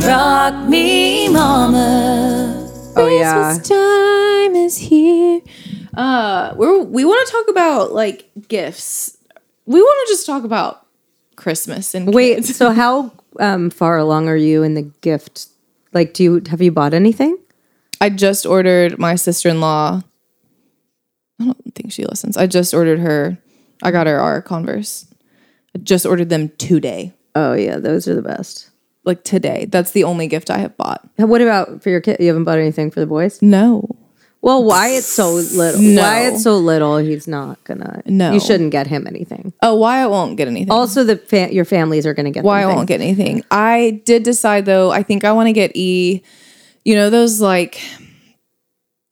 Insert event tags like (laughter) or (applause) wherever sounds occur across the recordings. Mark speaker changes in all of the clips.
Speaker 1: rock me, mama.
Speaker 2: Oh, yeah.
Speaker 1: Christmas time is here. Uh, we're, we want to talk about like gifts. We want to just talk about Christmas and
Speaker 2: Wait,
Speaker 1: kids.
Speaker 2: so how um, far along are you in the gift? Like, do you have you bought anything?
Speaker 1: I just ordered my sister in law. I don't think she listens. I just ordered her. I got her our Converse. I just ordered them today.
Speaker 2: Oh yeah, those are the best.
Speaker 1: Like today. That's the only gift I have bought.
Speaker 2: What about for your kid? You haven't bought anything for the boys?
Speaker 1: No.
Speaker 2: Well, why it's so little?
Speaker 1: No.
Speaker 2: Why it's so little? He's not gonna.
Speaker 1: No.
Speaker 2: you shouldn't get him anything.
Speaker 1: Oh, why I won't get anything.
Speaker 2: Also, the fa- your families are gonna get.
Speaker 1: why I
Speaker 2: them
Speaker 1: won't
Speaker 2: things.
Speaker 1: get anything. I did decide though, I think I want to get E, you know, those like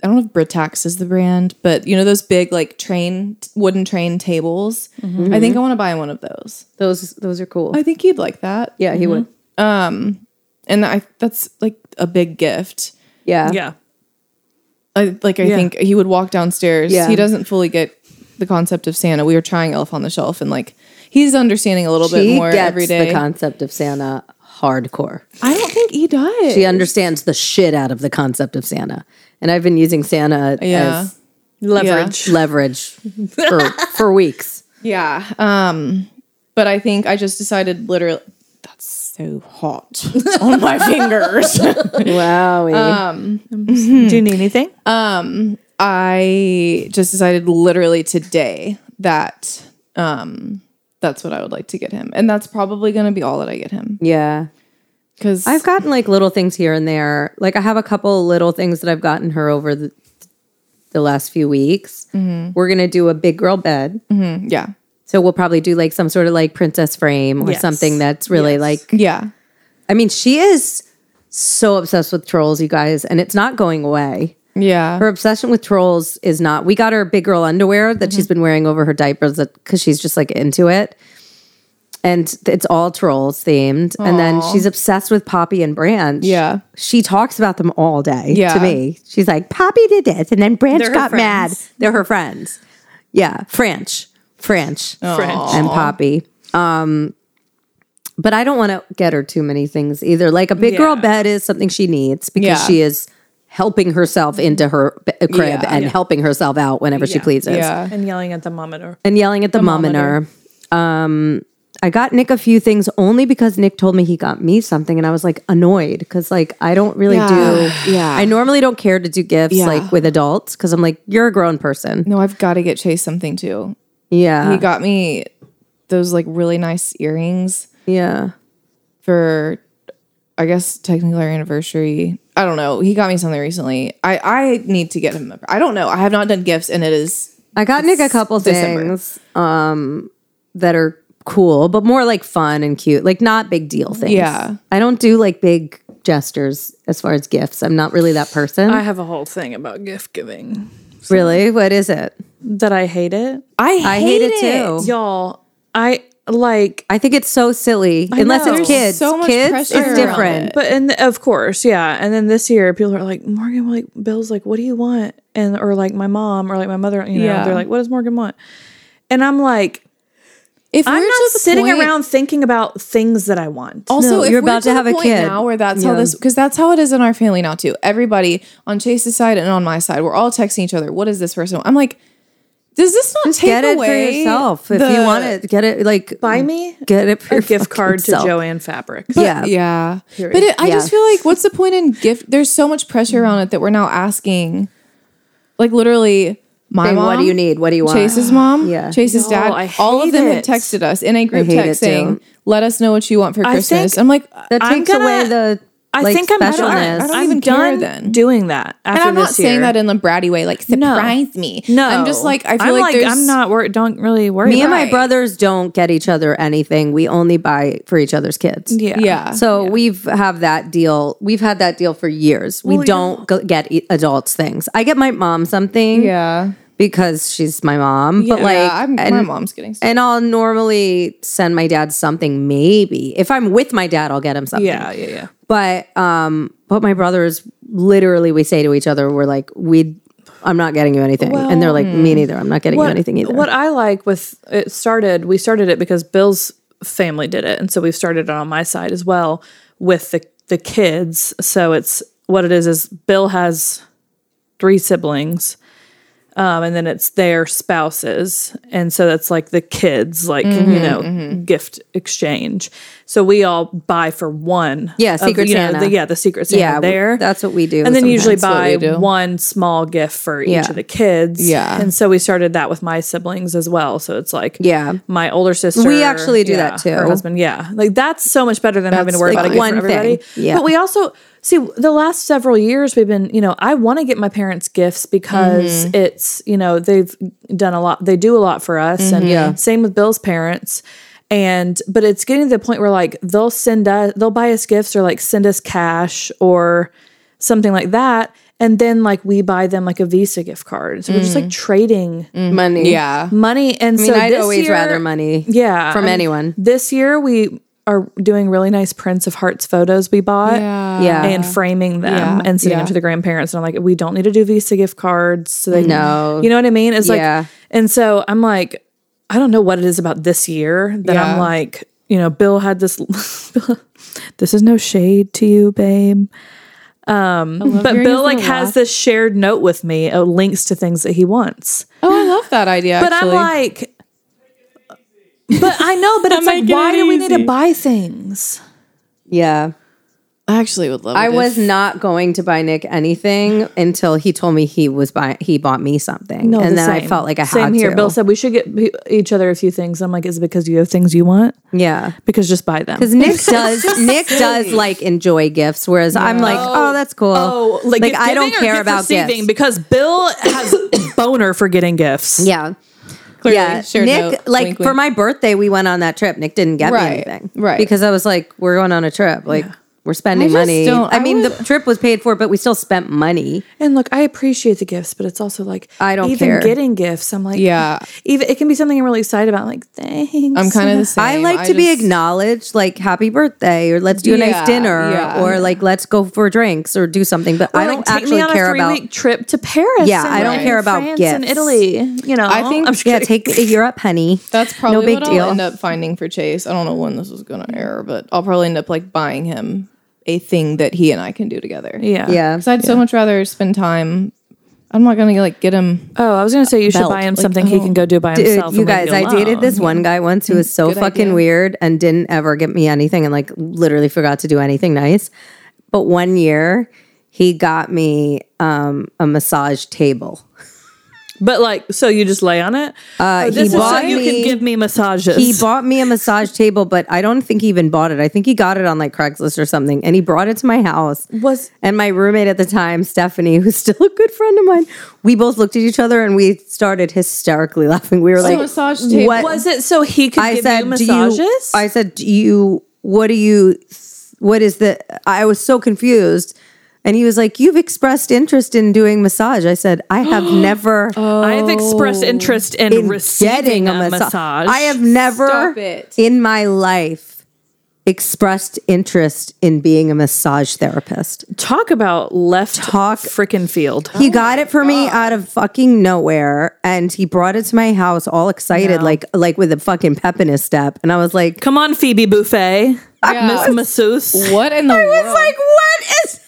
Speaker 1: I don't know if Britax is the brand, but you know those big like train wooden train tables.
Speaker 2: Mm-hmm.
Speaker 1: I think I want to buy one of those.
Speaker 2: those? Those are cool.
Speaker 1: I think you'd like that.
Speaker 2: yeah, he
Speaker 1: mm-hmm.
Speaker 2: would.
Speaker 1: and I that's like a big gift.
Speaker 2: Yeah,
Speaker 3: Yeah.
Speaker 1: I like I think he would walk downstairs.
Speaker 2: Yeah.
Speaker 1: He doesn't fully get the concept of Santa. We were trying Elf on the Shelf and like he's understanding a little bit
Speaker 2: She
Speaker 1: more
Speaker 2: gets
Speaker 1: every day.
Speaker 2: the concept of Santa hardcore.
Speaker 1: I don't think he does.
Speaker 2: She understands the shit out of the concept of Santa, and I've been using Santa
Speaker 1: yeah.
Speaker 2: as leverage for for weeks.
Speaker 1: Yeah. Um but I think I just decided literally that's so hot (laughs) on my fingers.
Speaker 2: Wow.
Speaker 3: Do you need anything?
Speaker 1: Um, I just decided literally today that um that's what I would like to get him. And that's probably going to be all that I get him
Speaker 2: yeah.
Speaker 1: cuz
Speaker 2: I've gotten like little things here and there. Like I have a couple little things that I've gotten her over the, the last few weeks. We're gonna do a big girl bed,
Speaker 1: mm, yeah.
Speaker 2: so we'll probably do like some sort of like princess frame or
Speaker 3: Yes.
Speaker 2: something that's really like.
Speaker 1: Yeah.
Speaker 2: I mean, she is so obsessed with trolls, you guys, and it's not going away.
Speaker 1: Yeah.
Speaker 2: Her obsession with trolls is not. We got her big girl underwear that
Speaker 3: Mm-hmm.
Speaker 2: she's been wearing over her diapers because she's just like into it. And it's all trolls themed. And then she's obsessed with Poppy and Branch.
Speaker 1: Yeah.
Speaker 2: She talks about them all day
Speaker 1: Yeah.
Speaker 2: to me. She's like, Poppy did this. And then Branch
Speaker 3: They're her
Speaker 2: got mad.
Speaker 3: friends.
Speaker 2: They're her friends. Yeah. French. French.
Speaker 3: French.
Speaker 2: And Poppy. Um, but I don't want to get her too many things either. Like a big girl
Speaker 3: Yeah.
Speaker 2: bed is something she needs because
Speaker 1: Yeah.
Speaker 2: she is helping herself into her b- uh, crib
Speaker 1: Yeah.
Speaker 2: and helping herself out whenever she
Speaker 3: Yeah.
Speaker 2: pleases
Speaker 1: yeah.
Speaker 3: And yelling at the monitor.
Speaker 2: and yelling at the mummener. Um, I got Nick a few things only because Nick told me he got me something, and I was like annoyed because like I don't really
Speaker 1: Yeah.
Speaker 2: do.
Speaker 1: (sighs) Yeah.
Speaker 2: I normally don't care to do gifts
Speaker 1: Yeah.
Speaker 2: like with adults because I'm like you're a grown person.
Speaker 1: No, I've got to get Chase something too.
Speaker 2: Yeah,
Speaker 1: He got me those like really nice earrings
Speaker 2: yeah.
Speaker 1: for I guess technically our anniversary. I don't know. He got me something recently. I I need to get him a I don't know. I have not done gifts and it is
Speaker 2: I got Nick a couple
Speaker 1: December.
Speaker 2: things um, that are cool, but more like fun and cute, like not big deal things.
Speaker 1: Yeah.
Speaker 2: I don't do like big gestures as far as gifts. I'm not really that person.
Speaker 3: I have a whole thing about gift giving.
Speaker 2: really, what is it?
Speaker 3: That I hate it.
Speaker 1: I hate,
Speaker 2: I hate, it too.
Speaker 3: Y'all, I like
Speaker 2: I think it's so silly. Unless
Speaker 3: know. There's
Speaker 2: it's kids.
Speaker 1: so much
Speaker 2: kids,
Speaker 1: pressure
Speaker 2: it's
Speaker 1: around
Speaker 2: different.
Speaker 1: it.
Speaker 3: But and of course, yeah. And then this year, people are like, Morgan, like Bill's like, what do you want? And or like my mom or like my mother, you know,
Speaker 1: Yeah.
Speaker 3: they're like, what does Morgan want? And I'm like,
Speaker 1: If
Speaker 3: I'm
Speaker 1: we're
Speaker 3: not
Speaker 1: to the
Speaker 3: sitting
Speaker 1: point-
Speaker 3: around thinking about things that I want.
Speaker 1: Also,
Speaker 2: No,
Speaker 1: if
Speaker 2: you're
Speaker 1: we're
Speaker 2: about to
Speaker 1: the
Speaker 2: have a
Speaker 1: point
Speaker 2: kid.
Speaker 1: now, where that's how this because that's how it is in our family now too. Everybody on Chase's side and on my side, we're all texting each other. What is this person? I'm like, does this not take
Speaker 2: Get it for
Speaker 1: away
Speaker 2: yourself. If
Speaker 1: the-
Speaker 2: you want it, get it like
Speaker 3: Buy me
Speaker 2: Get it
Speaker 3: a
Speaker 2: for your
Speaker 3: gift
Speaker 2: fucking
Speaker 3: card to
Speaker 2: self.
Speaker 3: Joanne Fabrics.
Speaker 2: Yeah.
Speaker 1: Yeah. But it, I just
Speaker 2: Yeah.
Speaker 1: feel like what's the point in gift? There's so much pressure around it that we're now asking, like literally, my
Speaker 2: Saying,
Speaker 1: mom.
Speaker 2: what do you need? What do you want?
Speaker 1: Chase's mom,
Speaker 2: Yeah.
Speaker 1: Chase's
Speaker 3: No,
Speaker 1: dad,
Speaker 3: I
Speaker 1: all of
Speaker 3: hate
Speaker 1: them
Speaker 3: it.
Speaker 1: had texted us in a group
Speaker 2: hate it
Speaker 1: text saying,
Speaker 2: too.
Speaker 1: "Let us know what you want for
Speaker 3: I
Speaker 1: Christmas."
Speaker 3: think-
Speaker 1: I'm like,
Speaker 2: That
Speaker 3: I'm
Speaker 2: takes
Speaker 3: gonna-
Speaker 2: away the
Speaker 3: I
Speaker 2: like,
Speaker 3: think I'm done.
Speaker 2: specialness.
Speaker 3: I don't
Speaker 1: I don't
Speaker 3: even
Speaker 1: even care
Speaker 3: done
Speaker 1: then.
Speaker 3: doing that. After
Speaker 1: and I'm not
Speaker 3: this
Speaker 1: saying
Speaker 3: year.
Speaker 1: that in a bratty way, like surprise me.
Speaker 3: No,
Speaker 1: I'm just like I feel
Speaker 3: I'm
Speaker 1: like, there's
Speaker 3: I'm not worried. Don't really worry.
Speaker 2: Me and
Speaker 3: about
Speaker 2: my
Speaker 3: it.
Speaker 2: brothers don't get each other anything. We only buy for each other's kids.
Speaker 3: Yeah.
Speaker 1: Yeah.
Speaker 2: So we've have that deal. We've had that deal for years. We don't go- get e- adults things. I get my mom something
Speaker 1: yeah.
Speaker 2: because she's my mom. But like,
Speaker 1: yeah, I'm, my
Speaker 2: and,
Speaker 1: mom's getting stuff.
Speaker 2: and I'll normally send my dad something. Maybe if I'm with my dad, I'll get him something.
Speaker 3: Yeah. Yeah. Yeah.
Speaker 2: But um, but my brothers literally we say to each other, we're like, we, I'm not getting you anything, and they're like, me neither. I'm not getting you anything either.
Speaker 3: What I like with it started, we started it because Bill's family did it, and so we've started it on my side as well with the the kids. So it's what it is is Bill has three siblings. Um, and then it's their spouses. And so that's like the kids, like,
Speaker 2: Mm-hmm,
Speaker 3: you know, gift exchange. So we all buy for one.
Speaker 2: Yeah,
Speaker 3: of-
Speaker 2: Secret
Speaker 3: you know,
Speaker 2: Santa.
Speaker 3: the- yeah, the Secret Santa
Speaker 2: Yeah, w-
Speaker 3: there.
Speaker 2: that's what we do
Speaker 3: And then usually
Speaker 1: sometimes. That's
Speaker 3: buy
Speaker 1: what we do.
Speaker 3: one small gift for
Speaker 2: Yeah.
Speaker 3: each of the kids.
Speaker 1: Yeah.
Speaker 3: And so we started that with my siblings as well. So it's like,
Speaker 2: Yeah.
Speaker 3: my older sister.
Speaker 2: We actually do that
Speaker 3: yeah, Her
Speaker 2: too.
Speaker 3: husband, yeah. Like that's so much better than having to worry
Speaker 2: like
Speaker 3: about a gift
Speaker 2: one
Speaker 3: for everybody.
Speaker 2: thing. Yeah.
Speaker 3: But we also see the last several years we've been, you know, I want to get my parents gifts because
Speaker 2: Mm-hmm.
Speaker 3: it's, you know, they've done a lot. They do a lot for us, and
Speaker 2: Yeah.
Speaker 3: same with Bill's parents. And but it's getting to the point where like they'll send us, they'll buy us gifts or like send us cash or something like that. And then like we buy them like a Visa gift card. So we're just like trading (laughs)
Speaker 2: money.
Speaker 1: Yeah.
Speaker 3: money. And
Speaker 2: Mm. I mean,
Speaker 3: so
Speaker 2: I'd
Speaker 3: this
Speaker 2: always
Speaker 3: year-
Speaker 2: rather money.
Speaker 3: yeah.
Speaker 2: from
Speaker 3: I mean,
Speaker 2: anyone.
Speaker 3: This year we are doing really nice prints of hearts photos we bought.
Speaker 1: Yeah.
Speaker 2: Yeah.
Speaker 3: And framing them
Speaker 1: Yeah.
Speaker 3: and sending
Speaker 1: Yeah.
Speaker 3: them to the grandparents. And I'm like, we don't need to do Visa gift cards. So they
Speaker 2: No.
Speaker 3: You know what I mean? It's
Speaker 2: Yeah.
Speaker 3: like and so I'm like, I don't know what it is about this year that I'm
Speaker 1: Yeah.
Speaker 3: like, you know, Bill had this (laughs) this is no shade to you, babe. Um but
Speaker 1: hearing
Speaker 3: Bill
Speaker 1: his
Speaker 3: like
Speaker 1: little
Speaker 3: has
Speaker 1: laugh.
Speaker 3: this shared note with me, uh, links to things that he wants.
Speaker 1: Oh, I love that idea.
Speaker 3: But
Speaker 1: actually.
Speaker 3: I'm like, but I know, (laughs) but it's like,
Speaker 1: making
Speaker 3: why
Speaker 1: it
Speaker 3: do we need to
Speaker 1: easy.
Speaker 3: buy things?
Speaker 2: Yeah.
Speaker 1: I actually would love.
Speaker 2: I
Speaker 1: it
Speaker 2: was
Speaker 1: if-
Speaker 2: not going to buy Nick anything until he told me he was buying. He bought me something,
Speaker 3: the
Speaker 2: and then I
Speaker 3: same.
Speaker 2: felt like I had
Speaker 3: same here.
Speaker 2: to.
Speaker 3: Bill said we should get pe- each other a few things. I'm like, is it because you have things you want?
Speaker 2: yeah,
Speaker 3: Because just buy them.
Speaker 2: because Nick does. Nick does like enjoy gifts, whereas I'm like, oh, that's cool.
Speaker 3: Oh, like, if
Speaker 2: I don't
Speaker 3: giving or
Speaker 2: care
Speaker 3: gift
Speaker 2: about
Speaker 3: receiving,
Speaker 2: gifts.
Speaker 3: because Bill has (coughs) boner for getting gifts.
Speaker 2: Yeah.
Speaker 1: Clearly,
Speaker 2: yeah,
Speaker 1: shared
Speaker 2: Nick.
Speaker 1: note,
Speaker 2: like
Speaker 1: wink,
Speaker 2: for
Speaker 1: wink.
Speaker 2: my birthday, we went on that trip. Nick didn't get
Speaker 1: Right,
Speaker 2: me anything,
Speaker 1: right.
Speaker 2: Because I was like, we're going on a trip. Like we're spending
Speaker 1: I just
Speaker 2: money.
Speaker 1: don't-
Speaker 2: I,
Speaker 1: I
Speaker 2: mean, the
Speaker 1: would-
Speaker 2: trip was paid for, but we still spent money.
Speaker 3: And look, I appreciate the gifts, but it's also like
Speaker 2: I don't
Speaker 3: even
Speaker 2: care.
Speaker 3: getting gifts. I'm like,
Speaker 1: Yeah.
Speaker 3: even it can be something I'm really excited about. Like, thanks.
Speaker 1: I'm
Speaker 3: (laughs)
Speaker 1: kind of the same.
Speaker 2: I like to be
Speaker 1: just-
Speaker 2: acknowledged, like happy birthday, or let's do a
Speaker 1: Yeah,
Speaker 2: nice dinner,
Speaker 1: yeah.
Speaker 2: or like let's go for drinks or do something. But I
Speaker 3: Or,
Speaker 2: don't
Speaker 3: like, take
Speaker 2: actually
Speaker 3: me on
Speaker 2: care
Speaker 3: a three
Speaker 2: about.
Speaker 3: week (laughs) trip to Paris.
Speaker 2: Yeah,
Speaker 3: and,
Speaker 2: I don't
Speaker 3: like,
Speaker 2: care about
Speaker 3: France and
Speaker 2: gifts.
Speaker 3: Italy. You know,
Speaker 1: I think-
Speaker 3: I'm just
Speaker 2: Yeah,
Speaker 3: kidding.
Speaker 2: take Europe, honey.
Speaker 1: That's probably
Speaker 2: big
Speaker 1: what
Speaker 2: deal.
Speaker 1: I'll end up finding for Chase. I don't know when this is going to air, but I'll probably end up like buying him a thing that he and I can do together.
Speaker 3: Yeah.
Speaker 2: yeah. Uh,
Speaker 1: because I'd so much rather spend time. I'm not going to like get him.
Speaker 2: Uh,
Speaker 3: Oh, I was gonna say you should
Speaker 1: Belt.
Speaker 3: buy him
Speaker 1: Like,
Speaker 3: something he can go do by
Speaker 2: Oh. Dude,
Speaker 3: himself.
Speaker 2: you
Speaker 3: and leave
Speaker 2: guys,
Speaker 3: you
Speaker 2: I dated
Speaker 3: alone.
Speaker 2: this one guy once who was so
Speaker 1: Good
Speaker 2: fucking
Speaker 1: idea.
Speaker 2: weird and didn't ever get me anything and like literally forgot to do anything nice. But one year he got me um, a massage table.
Speaker 3: but like, so you just lay on it. Uh,
Speaker 2: he
Speaker 3: this is so
Speaker 2: bought
Speaker 3: you
Speaker 2: me-
Speaker 3: can give me massages.
Speaker 2: He bought me a massage table, but I don't think he even bought it. I think he got it on like Craigslist or something, and he brought it to my house.
Speaker 3: Was-
Speaker 2: and my roommate at the time, Stephanie, who's (laughs) still a good friend of mine, we both looked at each other and we started hysterically laughing. We were like,
Speaker 1: massage table-
Speaker 2: "What?"
Speaker 3: was it so he could
Speaker 2: I
Speaker 3: give
Speaker 2: said,
Speaker 3: you
Speaker 2: "Do
Speaker 3: massages?
Speaker 2: you?" I said, "Do you? What do you? What is the?" I was so confused. And he was like, You've expressed interest in doing massage. I said,
Speaker 3: (gasps)
Speaker 2: I have never
Speaker 3: I've expressed interest in,
Speaker 2: Oh. in
Speaker 3: receiving
Speaker 2: getting a, massa-
Speaker 3: massage.
Speaker 2: I have never
Speaker 1: Stop it.
Speaker 2: in my life expressed interest in being a massage therapist.
Speaker 3: talk about left
Speaker 2: Talk-
Speaker 3: freaking field.
Speaker 1: Oh
Speaker 2: He got it for me out of fucking nowhere and he brought it to my house all excited
Speaker 3: No.
Speaker 2: like like with a fucking pep in his step and I was like
Speaker 3: Come on, Phoebe Buffet,
Speaker 1: Yeah.
Speaker 3: Miss Masseuse.
Speaker 1: What in the
Speaker 2: I was
Speaker 1: world?
Speaker 2: like what is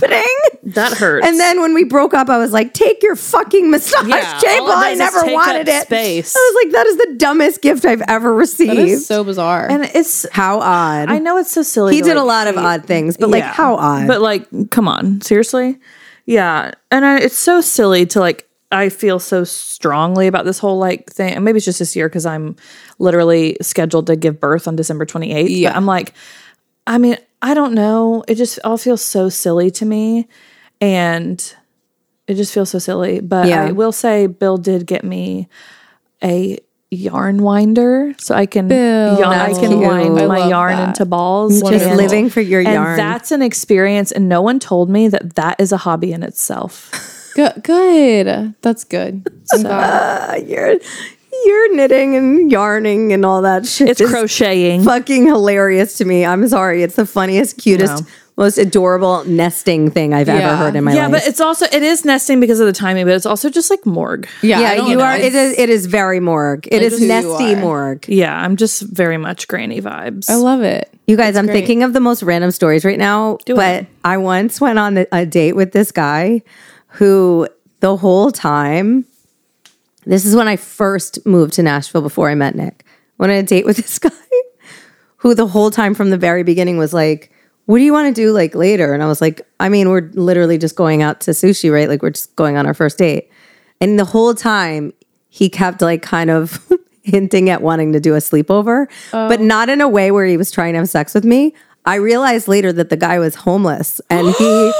Speaker 2: happening?
Speaker 3: That hurts.
Speaker 2: And then when we broke up, I was like, "Take your fucking (laughs) massage
Speaker 3: Yeah, all
Speaker 2: table.
Speaker 3: it
Speaker 2: I
Speaker 3: does is
Speaker 2: never
Speaker 3: take up
Speaker 2: wanted it."
Speaker 3: space.
Speaker 2: I was like, "That is the dumbest gift I've ever received."
Speaker 1: that is so bizarre.
Speaker 3: and it's
Speaker 2: How odd!
Speaker 3: I know it's so silly.
Speaker 2: he
Speaker 3: to,
Speaker 2: did a
Speaker 3: like,
Speaker 2: lot of
Speaker 3: hate-
Speaker 2: odd things, but like
Speaker 3: Yeah.
Speaker 2: how odd?
Speaker 3: But like, come on, seriously? Yeah. And I, it's so silly to like, I feel so strongly about this whole like thing. And maybe it's just this year because I'm literally scheduled to give birth on December 28th.
Speaker 1: Yeah.
Speaker 3: But I'm like, I mean, I don't know. It just all feels so silly to me. And it just feels so silly. But
Speaker 2: Yeah.
Speaker 3: I will say, Bill did get me a yarn winder so I can
Speaker 1: Bill.
Speaker 3: yarn, I
Speaker 2: That's
Speaker 3: can
Speaker 2: cute.
Speaker 3: wind
Speaker 2: I
Speaker 3: my
Speaker 1: love
Speaker 3: yarn
Speaker 1: that.
Speaker 3: into balls.
Speaker 2: Just
Speaker 3: and-
Speaker 2: living for your
Speaker 3: and
Speaker 2: yarn.
Speaker 3: That's an experience, and no one told me that that is a hobby in
Speaker 2: (laughs)
Speaker 3: itself.
Speaker 1: Good, good. That's good. I'm glad.
Speaker 2: Uh, you're you're knitting and yarning and all that shit.
Speaker 3: It's
Speaker 2: is
Speaker 3: crocheting.
Speaker 2: Fucking hilarious to me. I'm sorry. It's the funniest, cutest,
Speaker 3: No.
Speaker 2: most adorable nesting thing I've ever
Speaker 1: Yeah.
Speaker 2: heard in my
Speaker 3: yeah,
Speaker 2: life.
Speaker 3: but it's also it is nesting because of the timing, but it's also just like morgue.
Speaker 1: Yeah, I
Speaker 2: yeah,
Speaker 1: don't
Speaker 2: you
Speaker 1: know.
Speaker 2: are. It is. It is very morgue. It is
Speaker 1: just who you
Speaker 2: nesty
Speaker 1: are.
Speaker 2: morgue.
Speaker 3: Yeah, I'm just very much granny vibes.
Speaker 1: I love it.
Speaker 2: You guys, I'm thinking of the most random stories right now. but I once went on a, a date with this guy who the whole time. This is when I first moved to Nashville before I met Nick. Went on a date with this (laughs) guy who the whole time from the very beginning was like, "What do you want to do like later?" And I was like, "I mean, we're literally just going out to sushi, right? Like we're just going on our first date." And the whole time he kept like kind of (laughs) hinting at wanting to do a sleepover, but not in a way where he was trying to have sex with me. I realized later that the guy was homeless and he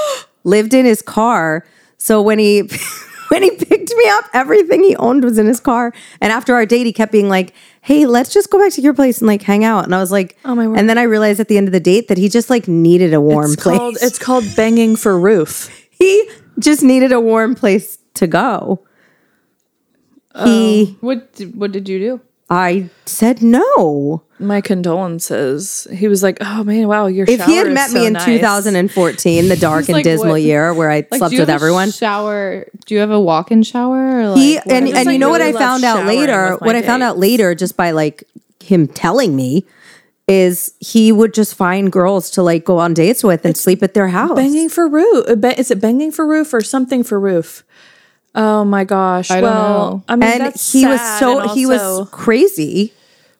Speaker 2: lived in his car. So when he (laughs) when he picked me up, everything he owned was in his car. And after our date, he kept being like, "Hey, let's just go back to your place and like hang out." And I was like, "Oh
Speaker 3: my word.
Speaker 2: And then I realized at the end of the date that he just like needed a warm
Speaker 3: it's
Speaker 2: place.
Speaker 3: called it's called banging for roof.
Speaker 2: (laughs) he just needed a warm place to go. He,
Speaker 1: What did, what did you do?
Speaker 2: I said no.
Speaker 3: My condolences. He was like, "Oh man, wow, your
Speaker 2: If he
Speaker 3: shower
Speaker 2: had
Speaker 3: is
Speaker 2: met
Speaker 3: so
Speaker 2: me in
Speaker 3: nice.
Speaker 2: 2014, the dark and
Speaker 1: like,
Speaker 2: dismal
Speaker 1: what-
Speaker 2: year where I
Speaker 1: Like,
Speaker 2: slept
Speaker 1: do you
Speaker 2: with
Speaker 1: have a
Speaker 2: everyone,
Speaker 1: Shower? Do you have a walk-in shower? Or like,
Speaker 2: he
Speaker 1: what-
Speaker 2: and,
Speaker 3: just,
Speaker 2: and
Speaker 3: like,
Speaker 2: you know
Speaker 3: really
Speaker 2: what I
Speaker 3: love
Speaker 2: found out
Speaker 3: showering
Speaker 2: later.
Speaker 3: with my
Speaker 2: What I found
Speaker 3: dates.
Speaker 2: out later, just by like him telling me, is he would just find girls to like go on dates with and sleep at their house.
Speaker 3: banging for roof. uh, ba- Is it banging for roof or something for roof? Oh my gosh.
Speaker 1: don't
Speaker 3: well,
Speaker 1: know.
Speaker 3: I mean,
Speaker 2: and
Speaker 3: that's
Speaker 2: he was
Speaker 3: sad
Speaker 2: so
Speaker 3: and
Speaker 2: he
Speaker 3: also-
Speaker 2: was crazy.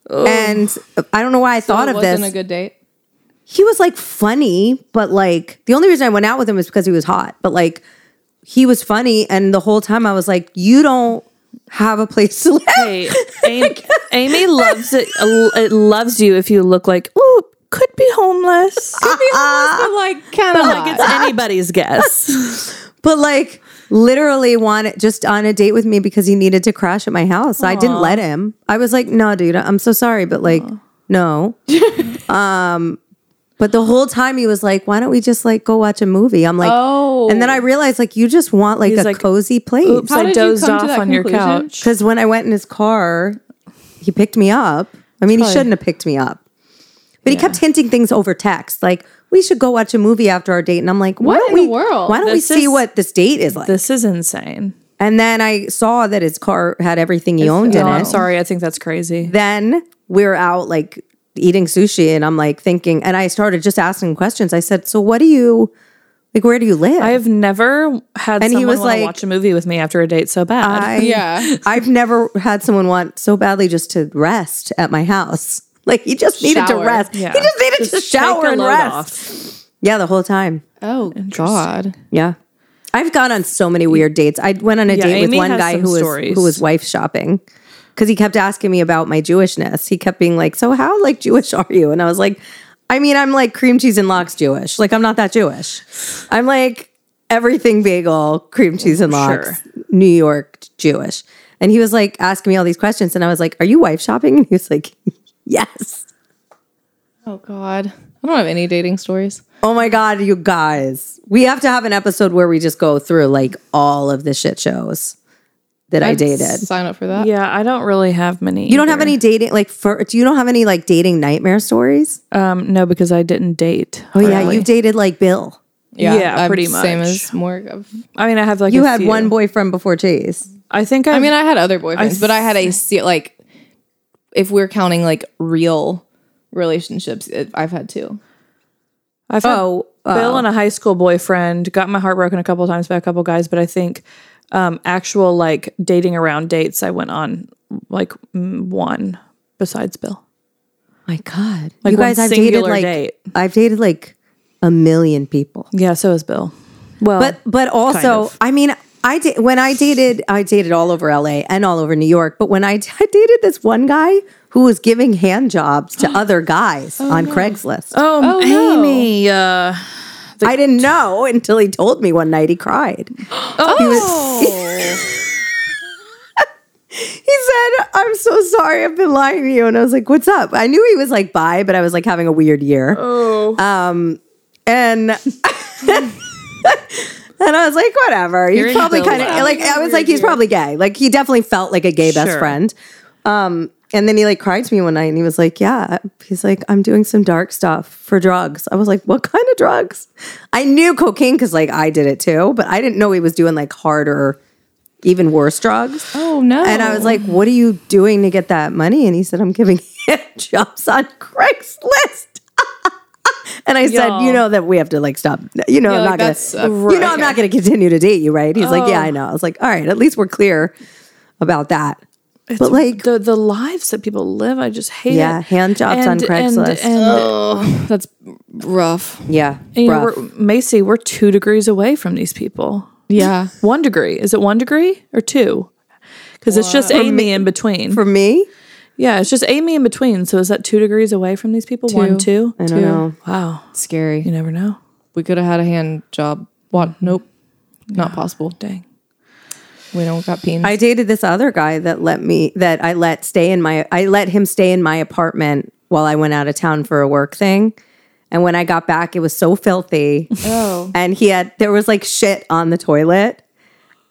Speaker 2: And I don't know why I thought
Speaker 1: it
Speaker 2: of
Speaker 1: wasn't
Speaker 2: this.
Speaker 1: a good date.
Speaker 2: he was like funny, but like the only reason I went out with him was because he was hot. But like he was funny, and the whole time I was like, "You don't have a place to live."
Speaker 3: Hey, Amy, Amy loves it. uh, It loves you if you look like ooh, could be homeless.
Speaker 2: Uh-uh.
Speaker 1: But like, kind of
Speaker 3: like
Speaker 2: (laughs)
Speaker 3: it's anybody's guess.
Speaker 2: But like literally wanted just on a date with me because he needed to crash at my house. I didn't let him. I was like, "No, dude, I'm so sorry, but like, no." um, but the whole time he was like, "Why don't we just like go watch a movie?" I'm like,
Speaker 1: Oh.
Speaker 2: And then I realized like you just want like
Speaker 3: He's
Speaker 2: a
Speaker 3: like,
Speaker 2: cozy place.
Speaker 3: Oops, I dozed off on your couch.
Speaker 2: Because when I went in his car, he picked me up. I mean, he
Speaker 3: Probably-
Speaker 2: shouldn't have picked me up, but he kept hinting things over text, like we should go watch a movie after our date. And I'm like, why
Speaker 1: What
Speaker 2: don't
Speaker 1: in the
Speaker 2: we?
Speaker 1: world?
Speaker 2: Why don't
Speaker 3: This
Speaker 2: we see
Speaker 3: is-
Speaker 2: what this date is like?
Speaker 3: This is insane.
Speaker 2: and then I saw that his car had everything he owned in
Speaker 3: No, Oh, I'm
Speaker 2: it.
Speaker 3: sorry. I think that's crazy.
Speaker 2: Then we we're out like eating sushi, and I'm like thinking, and I started just asking questions. I said, "So what do you like? Where do you live?"
Speaker 3: I've never had
Speaker 2: And he
Speaker 3: someone
Speaker 2: was
Speaker 3: wanna
Speaker 2: like-
Speaker 3: watch a movie with me after a date so bad.
Speaker 2: I-
Speaker 1: Yeah.
Speaker 2: I've never had someone want so badly just to rest at my house. (laughs) Like he just needed to
Speaker 1: Shower.
Speaker 2: rest.
Speaker 3: Yeah.
Speaker 2: He just needed to
Speaker 3: take
Speaker 2: shower
Speaker 3: your
Speaker 2: and
Speaker 3: load
Speaker 2: rest.
Speaker 3: off.
Speaker 2: Yeah, the whole time.
Speaker 1: Oh God.
Speaker 2: Yeah. I've gone on so many weird dates. I went on a date with
Speaker 3: Amy
Speaker 2: one
Speaker 3: has
Speaker 2: guy
Speaker 3: some
Speaker 2: who was
Speaker 3: stories.
Speaker 2: who was wife shopping because he kept asking me about my Jewishness. He kept being like, "So how like Jewish are you?" And I was like, "I mean, I'm like cream cheese and lox Jewish. Like I'm not that Jewish. I'm like everything bagel, cream cheese and lox, New York Jewish." And he was like asking me all these questions, and I was like, "Are you wife shopping?" (laughs) And he was like, "Yes."
Speaker 1: Oh God. I don't have any dating stories.
Speaker 2: Oh my god, you guys. We have to have an episode where we just go through like all of the shit shows that i
Speaker 1: I'd
Speaker 2: dated.
Speaker 1: Sign up for that.
Speaker 3: Yeah, I don't really have many.
Speaker 2: You don't have any dating like for do you don't have any like dating nightmare stories?
Speaker 3: Um, no, because I didn't date.
Speaker 2: Oh yeah, you dated like Bill.
Speaker 3: Yeah, pretty
Speaker 1: Same
Speaker 3: much.
Speaker 1: as Morg. I've-
Speaker 3: I mean, I have like
Speaker 2: You
Speaker 3: a
Speaker 2: had
Speaker 3: few.
Speaker 2: one boyfriend before Chase.
Speaker 3: I think I,
Speaker 1: I mean, I had other boyfriends, but I had a se- like. If we're counting like real relationships, it, I've had two.
Speaker 3: I've had
Speaker 2: Oh,
Speaker 3: Bill and a high school boyfriend. Got my heart broken a couple times by a couple guys, but I think um, actual like dating around dates I went on like mm, one besides Bill.
Speaker 2: My god.
Speaker 3: Like
Speaker 2: you guys
Speaker 3: one
Speaker 2: I've dated
Speaker 3: singular
Speaker 2: like
Speaker 3: date.
Speaker 2: I've dated like a million people.
Speaker 3: Yeah, so is Bill. Well,
Speaker 2: But but also,
Speaker 3: of.
Speaker 2: I mean, I did when I dated, I dated all over LA and all over New York. But when I, (laughs) d- I dated this one guy who was giving hand
Speaker 3: (gasps)
Speaker 2: jobs to other guys on Craigslist,
Speaker 3: oh,
Speaker 1: no.
Speaker 3: Amy, uh,
Speaker 2: I didn't know until he told me one night.
Speaker 3: (gasps)
Speaker 2: He cried.
Speaker 3: (laughs)
Speaker 1: Oh,
Speaker 2: He said, "I'm so sorry, I've been lying to you." And I was like, "What's up?" I knew he was like bi, but I was like having a weird year. Oh, um, and. (laughs) And I was like, whatever. He's
Speaker 3: in
Speaker 2: probably
Speaker 3: Bill's
Speaker 2: kind of
Speaker 3: alley.
Speaker 2: like I was like, he's probably gay. Like he definitely felt like a gay best
Speaker 3: Sure.
Speaker 2: friend. And then he like cried to me one night and he was like, Yeah, he's like, I'm doing some dark stuff for drugs. I was like, What kind of drugs? I knew cocaine because like I did it too, but I didn't know he was doing like harder, even worse drugs.
Speaker 1: Oh, no.
Speaker 2: And I was like, What are you doing to get that money? And he said, I'm giving (laughs) jobs on Craigslist. (laughs) and I said,
Speaker 3: Y'all.
Speaker 2: You know that we have to like stop. You know,
Speaker 1: Yeah,
Speaker 2: I'm
Speaker 1: like,
Speaker 2: not gonna
Speaker 1: that's, uh,
Speaker 2: you know I'm not gonna continue to date you, right? He's like,
Speaker 3: Oh.
Speaker 2: Yeah, I know. I was like, All right, at least we're clear about that. but like
Speaker 3: the the lives that people live. I just hate
Speaker 2: Yeah,
Speaker 3: it.
Speaker 2: hand jobs on Craigslist.
Speaker 3: And,
Speaker 1: That's rough.
Speaker 2: Yeah.
Speaker 3: and, you know,
Speaker 2: rough.
Speaker 3: we're, Macy, we're two degrees away from these people.
Speaker 1: Yeah.
Speaker 3: One degree is it one degree or two? Because it's just Amy in between.
Speaker 2: For me,
Speaker 3: yeah, it's just Amy in between. So is that two degrees away from these people? One, two.
Speaker 2: I don't know.
Speaker 3: Wow,
Speaker 1: Scary.
Speaker 3: you never know.
Speaker 1: We could have had a hand job. What? Nope. Not possible.
Speaker 3: Dang.
Speaker 1: We don't got
Speaker 2: (laughs)
Speaker 1: peens.
Speaker 2: I dated this other guy that let me that I let stay in my I let him stay in my apartment while I went out of town for a work thing. And when I got back, it was so filthy.
Speaker 1: oh.
Speaker 2: and he had there was like shit on the toilet.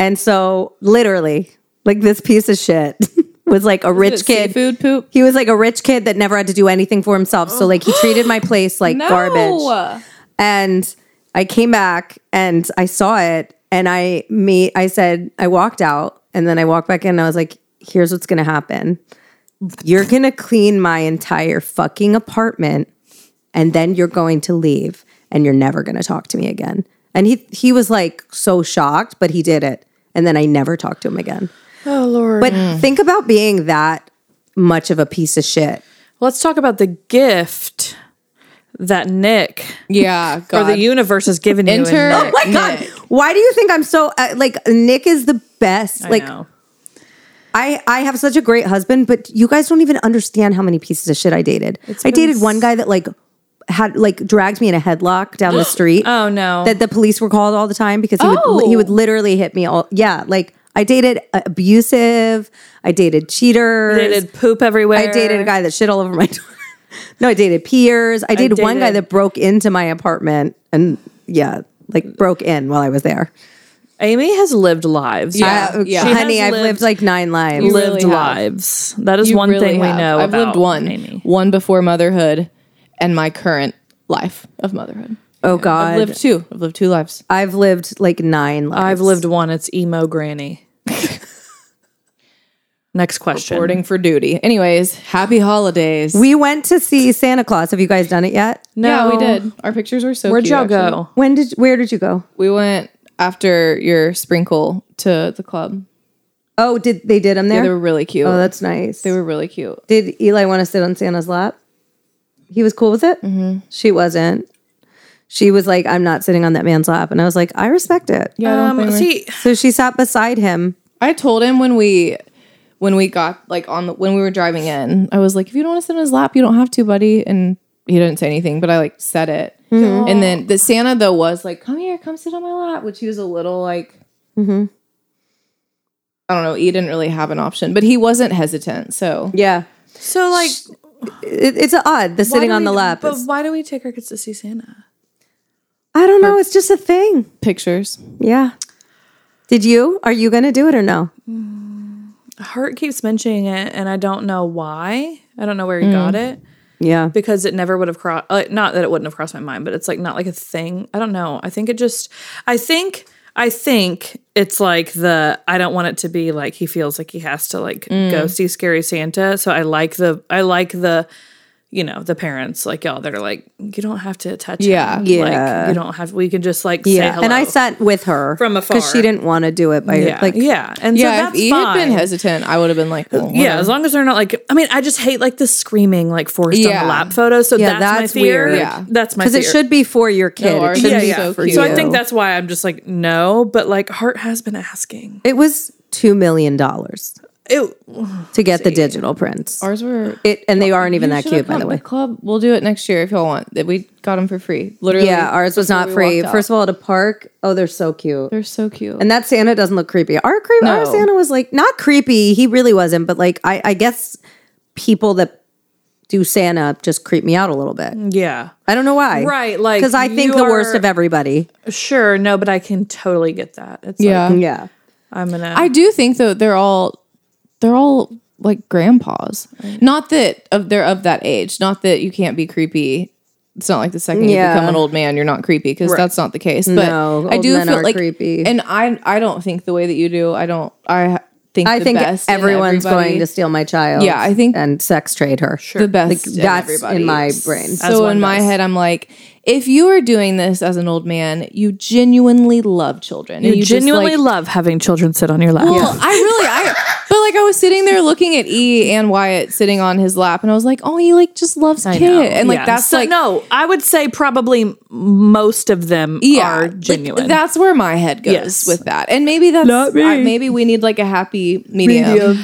Speaker 2: And so literally, like this piece of shit (laughs) was like a rich kid.
Speaker 1: Food poop.
Speaker 2: He was like a rich kid that never had to do anything for himself. So like he treated my place like garbage.
Speaker 1: No.
Speaker 2: and I came back and I saw it and I me I said I walked out and then I walked back in and I was like here's what's going to happen. You're going to clean my entire fucking apartment and then you're going to leave and you're never going to talk to me again. And he he was like so shocked but he did it and then I never talked to him again.
Speaker 3: Oh Lord.
Speaker 2: But think about being that much of a piece of shit.
Speaker 3: Let's talk about the gift that Nick
Speaker 1: Yeah. God.
Speaker 3: or the universe has given you. in
Speaker 1: Enter-
Speaker 3: Nick.
Speaker 2: Oh my god.
Speaker 1: Nick.
Speaker 2: Why do you think I'm so uh, like Nick is the best
Speaker 3: I
Speaker 2: like
Speaker 3: know.
Speaker 2: I, I have such a great husband, but you guys don't even understand how many pieces of shit I dated. I
Speaker 3: been
Speaker 2: dated
Speaker 3: s-
Speaker 2: one guy that like had like dragged me in a headlock down
Speaker 3: (gasps)
Speaker 2: the street.
Speaker 3: Oh, no.
Speaker 2: That the police were called all the time because he would
Speaker 1: Oh.
Speaker 2: he would literally hit me all yeah, like I dated uh, abusive, I dated cheaters.
Speaker 3: I dated poop everywhere.
Speaker 2: I dated a guy that shit all over my (laughs) door. no, I dated peers. I dated, one guy
Speaker 3: dated-
Speaker 2: that broke into my apartment and yeah, like broke in while I was there.
Speaker 3: Amy has lived lives.
Speaker 1: Yeah.
Speaker 2: Uh,
Speaker 1: yeah.
Speaker 3: She has
Speaker 2: honey, I've lived,
Speaker 3: lived-
Speaker 2: like nine lives.
Speaker 1: You
Speaker 3: lived
Speaker 1: really have.
Speaker 3: lives. That is
Speaker 1: You
Speaker 3: one
Speaker 1: really
Speaker 3: thing
Speaker 1: have.
Speaker 3: we know.
Speaker 1: I've lived
Speaker 3: about
Speaker 1: one.
Speaker 3: Amy.
Speaker 1: One before motherhood and my current life of motherhood.
Speaker 2: oh god.
Speaker 1: I've lived two. I've lived two lives.
Speaker 2: I've lived like nine lives.
Speaker 3: I've lived one. It's emo granny.
Speaker 1: (laughs)
Speaker 3: Next question.
Speaker 1: Boarding for duty. Anyways, happy holidays.
Speaker 2: We went to see Santa Claus. Have you guys done it yet?
Speaker 3: No,
Speaker 1: Yeah, we did. Our pictures were so
Speaker 3: Where'd
Speaker 1: cute,
Speaker 3: y'all
Speaker 1: actually.
Speaker 3: go?
Speaker 2: When did where did you go?
Speaker 1: We went after your sprinkle to the club.
Speaker 2: Oh, did they did them there?
Speaker 1: They were really cute.
Speaker 2: oh, that's nice.
Speaker 1: they were really cute.
Speaker 2: did Eli want to sit on Santa's lap? He was cool with it. Mm-hmm. She wasn't. She was like, "I'm not sitting on that man's lap," and I was like, "I respect it."
Speaker 1: Yeah, I don't think
Speaker 3: Um,
Speaker 1: we-
Speaker 3: see,
Speaker 2: So she sat beside him.
Speaker 1: I told him when we when we got like on the when we were driving in, I was like, if you don't want to sit on his lap, you don't have to, buddy. And he didn't say anything, but I like said it.
Speaker 2: Mm-hmm.
Speaker 1: And then the Santa though was like, come here, come sit on my lap, which he was a little like
Speaker 2: Mm-hmm.
Speaker 1: I don't know, he didn't really have an option, but he wasn't hesitant. So
Speaker 2: Yeah,
Speaker 3: so like
Speaker 2: it, it's odd the sitting
Speaker 3: why do
Speaker 2: on the
Speaker 3: we-
Speaker 2: lap.
Speaker 3: But
Speaker 2: is-
Speaker 3: why do we take our kids to see Santa?
Speaker 2: I don't know. It's just a thing.
Speaker 1: pictures.
Speaker 2: Yeah. Did you? Are you gonna do it or no?
Speaker 3: Hart keeps mentioning it, and I don't know why. I don't know where he
Speaker 2: Hmm.
Speaker 3: got it
Speaker 2: Yeah.
Speaker 3: because it never would have crossed. Uh, not that it wouldn't have crossed my mind, but it's like not like a thing. I don't know. I think it just. I think. I think it's like the. I don't want it to be like he feels like he has to like
Speaker 2: Hmm.
Speaker 3: go see Scary Santa. So I like the. I like the. You know the parents like y'all that are like you don't have to touch
Speaker 1: Yeah.
Speaker 3: him.
Speaker 2: Yeah.
Speaker 3: like you don't have we can just like say hello
Speaker 2: And I sat with her
Speaker 3: From
Speaker 2: because she
Speaker 3: afar.
Speaker 2: didn't want to do it by
Speaker 3: yeah
Speaker 2: like
Speaker 3: yeah and so
Speaker 1: Yeah,
Speaker 3: that's
Speaker 1: if he
Speaker 3: fine.
Speaker 1: had been hesitant, I would have been like, well,
Speaker 3: Yeah,
Speaker 1: whatever.
Speaker 3: as long as they're not like. I mean, I just hate like the screaming, like forced on
Speaker 1: Yeah.
Speaker 3: the lap photo. So
Speaker 2: Yeah,
Speaker 3: that's, my
Speaker 2: that's
Speaker 3: fear.
Speaker 2: weird.
Speaker 1: Yeah.
Speaker 3: that's my
Speaker 2: because
Speaker 3: fear.
Speaker 2: it should be for your kid.
Speaker 1: No,
Speaker 2: it
Speaker 1: ours
Speaker 2: should
Speaker 3: Yeah,
Speaker 1: be
Speaker 2: be
Speaker 3: yeah.
Speaker 1: so
Speaker 3: So,
Speaker 2: for
Speaker 1: cute.
Speaker 2: you.
Speaker 3: I think that's why I'm just like no, but like Hart has been asking.
Speaker 2: it was two million dollars
Speaker 3: It,
Speaker 2: to get the digital prints.
Speaker 1: ours were
Speaker 2: It and they aren't even
Speaker 1: You
Speaker 2: that cute,
Speaker 1: should've
Speaker 2: by
Speaker 1: come
Speaker 2: the
Speaker 1: to
Speaker 2: way.
Speaker 1: club, we'll do it next year if y'all want. That we got them for free. Literally,
Speaker 2: Yeah, ours was not
Speaker 1: before we
Speaker 2: free.
Speaker 1: walked out.
Speaker 2: First of all, at a park. Oh, they're so cute.
Speaker 1: they're so cute.
Speaker 2: And that Santa doesn't look creepy. Our creep, our
Speaker 1: No.
Speaker 2: Santa was like not creepy. He really wasn't, but like I, I guess people that do Santa just creep me out a little bit.
Speaker 1: Mm.
Speaker 3: yeah,
Speaker 2: I don't know why.
Speaker 3: Right, like,
Speaker 2: because I think
Speaker 3: you
Speaker 2: the worst
Speaker 3: are-
Speaker 2: of everybody.
Speaker 3: sure, no, but I can totally get that. It's
Speaker 1: yeah,
Speaker 3: like,
Speaker 2: Yeah.
Speaker 3: I'm gonna.
Speaker 1: I do think though they're all they're all like grandpas. Not that of they're of that age. Not that you can't be creepy. It's not like the second
Speaker 2: Yeah.
Speaker 1: you become an old man, you're not creepy because that's not the case. But
Speaker 2: No,
Speaker 1: I
Speaker 2: old
Speaker 1: do
Speaker 2: men
Speaker 1: feel
Speaker 2: are
Speaker 1: like
Speaker 2: creepy.
Speaker 1: and I I don't think the way that you do. I don't. I think
Speaker 2: I
Speaker 1: the
Speaker 2: think
Speaker 1: best in
Speaker 2: everyone's
Speaker 1: everybody.
Speaker 2: going to steal my child.
Speaker 1: Yeah, I think-
Speaker 2: and sex trade her.
Speaker 1: the best. in
Speaker 2: that's in
Speaker 1: everybody. Uh,
Speaker 2: my brain.
Speaker 1: So
Speaker 3: As one
Speaker 1: in my
Speaker 3: does.
Speaker 1: head, I'm like, if you are doing this as an old man, you genuinely love children.
Speaker 3: You, genuinely love having children sit on your lap.
Speaker 1: Well, I really, I but like I was sitting there looking at E and Wyatt sitting on his lap, and I was like, oh, he like just loves kid, and like
Speaker 3: Yeah.
Speaker 1: that's
Speaker 3: So,
Speaker 1: like
Speaker 3: no. I would say probably m- most of them
Speaker 1: yeah,
Speaker 3: are
Speaker 1: like,
Speaker 3: genuine.
Speaker 1: that's where my head goes
Speaker 3: Yes.
Speaker 1: with that, and maybe that's
Speaker 3: Not me.
Speaker 1: I- maybe we need like a happy medium.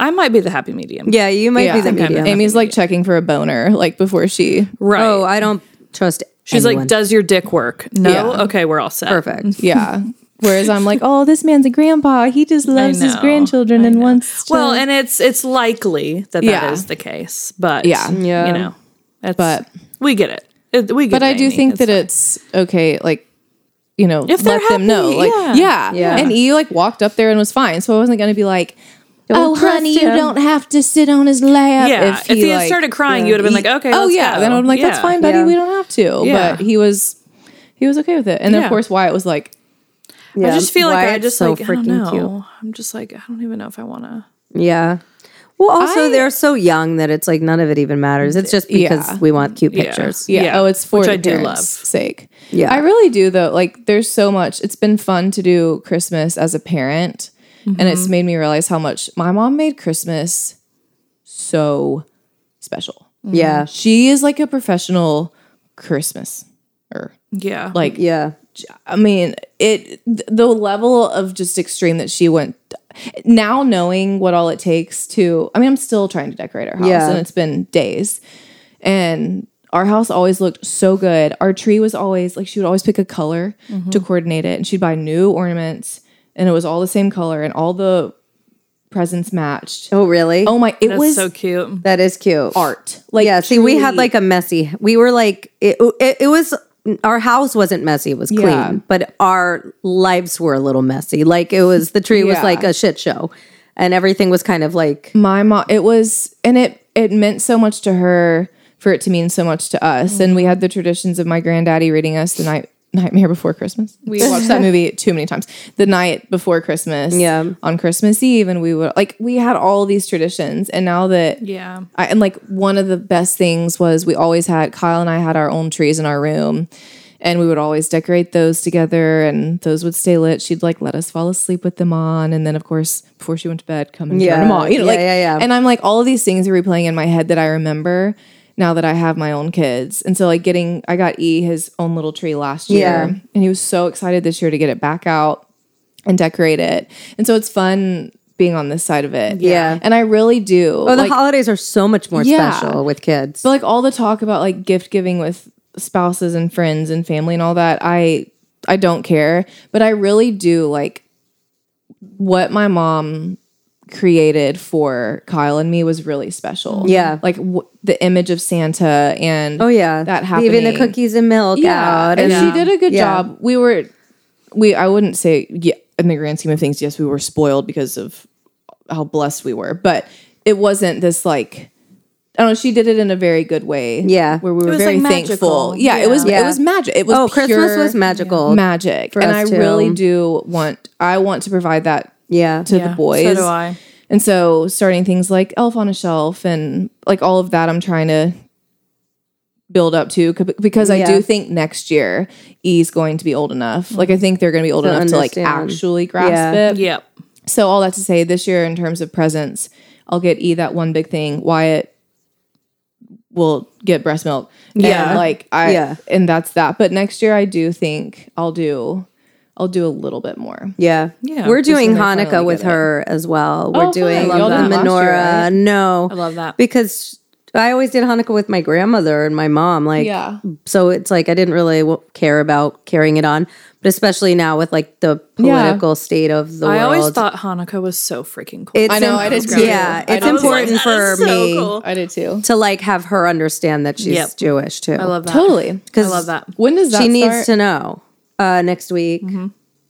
Speaker 3: I might be the happy medium.
Speaker 2: Yeah, you might
Speaker 1: Yeah.
Speaker 2: be the medium.
Speaker 1: Amy's like checking for a boner, like before she.
Speaker 3: Right.
Speaker 2: Oh, I don't trust.
Speaker 3: She's
Speaker 2: anyone.
Speaker 3: like, does your dick work? No.
Speaker 1: Yeah.
Speaker 3: Okay, we're all set. (laughs)
Speaker 2: perfect.
Speaker 1: Yeah. Whereas I'm like, oh, this man's a grandpa. He just
Speaker 3: I
Speaker 1: loves his
Speaker 3: know.
Speaker 1: grandchildren
Speaker 3: I
Speaker 1: and
Speaker 3: know.
Speaker 1: wants. To,
Speaker 3: Well, and it's it's likely that that is
Speaker 1: Yeah.
Speaker 3: the case, but
Speaker 1: Yeah.
Speaker 2: Yeah.
Speaker 3: you know, that's,
Speaker 1: But-
Speaker 3: we get it. It- we get
Speaker 1: but
Speaker 3: it,
Speaker 1: I do
Speaker 3: Amy.
Speaker 1: think
Speaker 3: It's
Speaker 1: that
Speaker 3: fine.
Speaker 1: it's okay, like you know,
Speaker 3: If they're
Speaker 1: let them know,
Speaker 3: happy,
Speaker 1: like
Speaker 3: yeah.
Speaker 1: yeah.
Speaker 2: Yeah.
Speaker 1: And E like walked up there and was fine, so I wasn't gonna be like,
Speaker 2: Don't
Speaker 1: oh
Speaker 2: trust
Speaker 1: honey, you
Speaker 2: him."
Speaker 1: don't have to sit on his lap.
Speaker 3: Yeah, if he had
Speaker 1: like,
Speaker 3: started crying, you would have been
Speaker 1: he-
Speaker 3: like, okay,
Speaker 1: oh
Speaker 3: let's
Speaker 1: yeah.
Speaker 3: go.
Speaker 1: Then I'm like, that's
Speaker 3: Yeah.
Speaker 1: fine, buddy.
Speaker 2: Yeah.
Speaker 1: We don't have to.
Speaker 3: Yeah.
Speaker 1: But he was, he was okay with it. And then
Speaker 3: Yeah.
Speaker 1: of course Wyatt was like,
Speaker 2: Yeah.
Speaker 3: I just feel like I
Speaker 2: Wyatt's
Speaker 3: just
Speaker 2: so
Speaker 3: like I don't
Speaker 2: freaking
Speaker 3: know. I'm just like I don't even know if I want to.
Speaker 2: cute. Yeah. Well, also
Speaker 1: I-
Speaker 2: they're so young that it's like none of it even matters. It's just because
Speaker 1: Yeah.
Speaker 2: we want cute
Speaker 3: Yeah.
Speaker 2: pictures.
Speaker 1: Yeah.
Speaker 3: Yeah.
Speaker 1: Oh, it's for
Speaker 3: Which
Speaker 1: the
Speaker 3: I do
Speaker 1: parents'
Speaker 3: love.
Speaker 1: sake.
Speaker 2: Yeah.
Speaker 1: I really do though. Like, there's so much. It's been fun to do Christmas as a parent, and it's
Speaker 3: Mm-hmm.
Speaker 1: made me realize how much my mom made Christmas so special.
Speaker 2: Yeah.
Speaker 1: She is like a professional Christmas or
Speaker 3: Yeah,
Speaker 1: like
Speaker 2: Yeah.
Speaker 1: I mean, it th- the level of just extreme that she went now knowing what all it takes to I mean, I'm still trying to decorate our house
Speaker 2: Yeah.
Speaker 1: and it's been days. And our house always looked so good. Our tree was always like she would always pick a color
Speaker 3: Mm-hmm.
Speaker 1: to coordinate it and she'd buy new ornaments and it was all the same color and all the presents matched.
Speaker 2: Oh, really?
Speaker 1: Oh my, it
Speaker 3: that's
Speaker 1: was
Speaker 3: so cute.
Speaker 2: that is cute.
Speaker 1: art. Like
Speaker 2: yeah. See, we had
Speaker 1: truly-
Speaker 2: like a messy. We were like, it, it, it was our house wasn't messy. It was clean,
Speaker 1: Yeah.
Speaker 2: but our lives were a little messy. Like it was the tree was
Speaker 1: Yeah.
Speaker 2: like a shit show, and everything was kind of like
Speaker 1: my mom it was and it it meant so much to her for it to mean so much to us and we had the traditions of my granddaddy reading us the night nightmare before christmas we watched that movie too many times the night before christmas
Speaker 2: Yeah.
Speaker 1: on christmas eve and we would like we had all these traditions and now that
Speaker 3: Yeah,
Speaker 1: I, and like one of the best things was we always had Kyle and I had our own trees in our room and we would always decorate those together and those would stay lit. She'd like let us fall asleep with them on. And then of course, before she went to bed, come and
Speaker 2: Yeah.
Speaker 1: turn them on. You know,
Speaker 2: Yeah,
Speaker 1: like,
Speaker 2: yeah, yeah.
Speaker 1: and I'm like, all of these things are replaying in my head that I remember now that I have my own kids. And so like getting, I got E his own little tree last year
Speaker 2: Yeah.
Speaker 1: and he was so excited this year to get it back out and decorate it. And so it's fun being on this side of it.
Speaker 2: Yeah.
Speaker 1: And I really do.
Speaker 2: Oh, the holidays are so much more
Speaker 1: Yeah.
Speaker 2: special with kids.
Speaker 1: But like all the talk about like gift giving with spouses and friends and family and all that, I I don't care, but I really do like what my mom created for Kyle and me was really special.
Speaker 2: Yeah.
Speaker 1: Like w- the image of Santa and
Speaker 2: oh yeah,
Speaker 1: that
Speaker 2: Leaving the
Speaker 1: happening.
Speaker 2: cookies and milk
Speaker 1: yeah,
Speaker 2: out,
Speaker 1: and she did a good
Speaker 2: Yeah.
Speaker 1: job. We were we I wouldn't say yeah, in the grand scheme of things, yes, we were spoiled because of how blessed we were, but it wasn't this like I don't know, she did it in a very good way.
Speaker 2: Yeah.
Speaker 1: Where we
Speaker 3: It
Speaker 1: were
Speaker 3: was,
Speaker 1: very
Speaker 3: like,
Speaker 1: thankful.
Speaker 3: magical.
Speaker 1: Yeah, it was
Speaker 2: Yeah.
Speaker 1: it was magic. It was
Speaker 2: oh, Christmas
Speaker 1: pure
Speaker 2: was magical.
Speaker 1: magic.
Speaker 2: for
Speaker 1: and I
Speaker 2: us,
Speaker 1: really
Speaker 2: too.
Speaker 1: do want I want to provide that
Speaker 2: yeah,
Speaker 1: to the
Speaker 3: Yeah,
Speaker 1: boys.
Speaker 3: so do I.
Speaker 1: And so starting things like Elf on a Shelf and like all of that, I'm trying to build up to c- because I
Speaker 2: Yeah.
Speaker 1: do think next year E's going to be old enough. Like I think they're going to be old
Speaker 2: To
Speaker 1: enough to
Speaker 2: understand.
Speaker 1: like actually grasp
Speaker 2: Yeah.
Speaker 1: it.
Speaker 3: yep.
Speaker 1: So all that to say, this year in terms of presents, I'll get E that one big thing. Wyatt will get breast milk.
Speaker 3: Yeah.
Speaker 1: and like I
Speaker 2: Yeah.
Speaker 1: and that's that. But next year I do think I'll do I'll do a little bit more.
Speaker 2: yeah,
Speaker 3: Yeah,
Speaker 2: We're
Speaker 3: just
Speaker 2: doing
Speaker 1: when they finally
Speaker 2: Hanukkah with
Speaker 1: get it.
Speaker 2: her as well. We're
Speaker 1: Oh,
Speaker 2: doing
Speaker 1: fun. Y'all
Speaker 2: the
Speaker 1: did it last year,
Speaker 2: menorah.
Speaker 1: right?
Speaker 2: No,
Speaker 3: I love that.
Speaker 2: because I always did Hanukkah with my grandmother and my mom. Like,
Speaker 1: Yeah.
Speaker 2: so it's like I didn't really w- care about carrying it on, but especially now with like the
Speaker 1: Yeah.
Speaker 2: political state of the
Speaker 3: I
Speaker 2: world.
Speaker 3: always thought Hanukkah was so freaking cool.
Speaker 2: it's
Speaker 1: I know, I
Speaker 2: imp-
Speaker 1: did too.
Speaker 2: Yeah,
Speaker 1: I
Speaker 2: it's
Speaker 1: know, I was like,
Speaker 2: important for me
Speaker 1: I did too.
Speaker 2: to like have her understand that she's
Speaker 3: Yep.
Speaker 2: Jewish too.
Speaker 3: I love that.
Speaker 1: Totally.
Speaker 3: I
Speaker 2: 'Cause
Speaker 3: love that.
Speaker 1: When does that Mm-hmm.
Speaker 2: She needs to know uh, next week.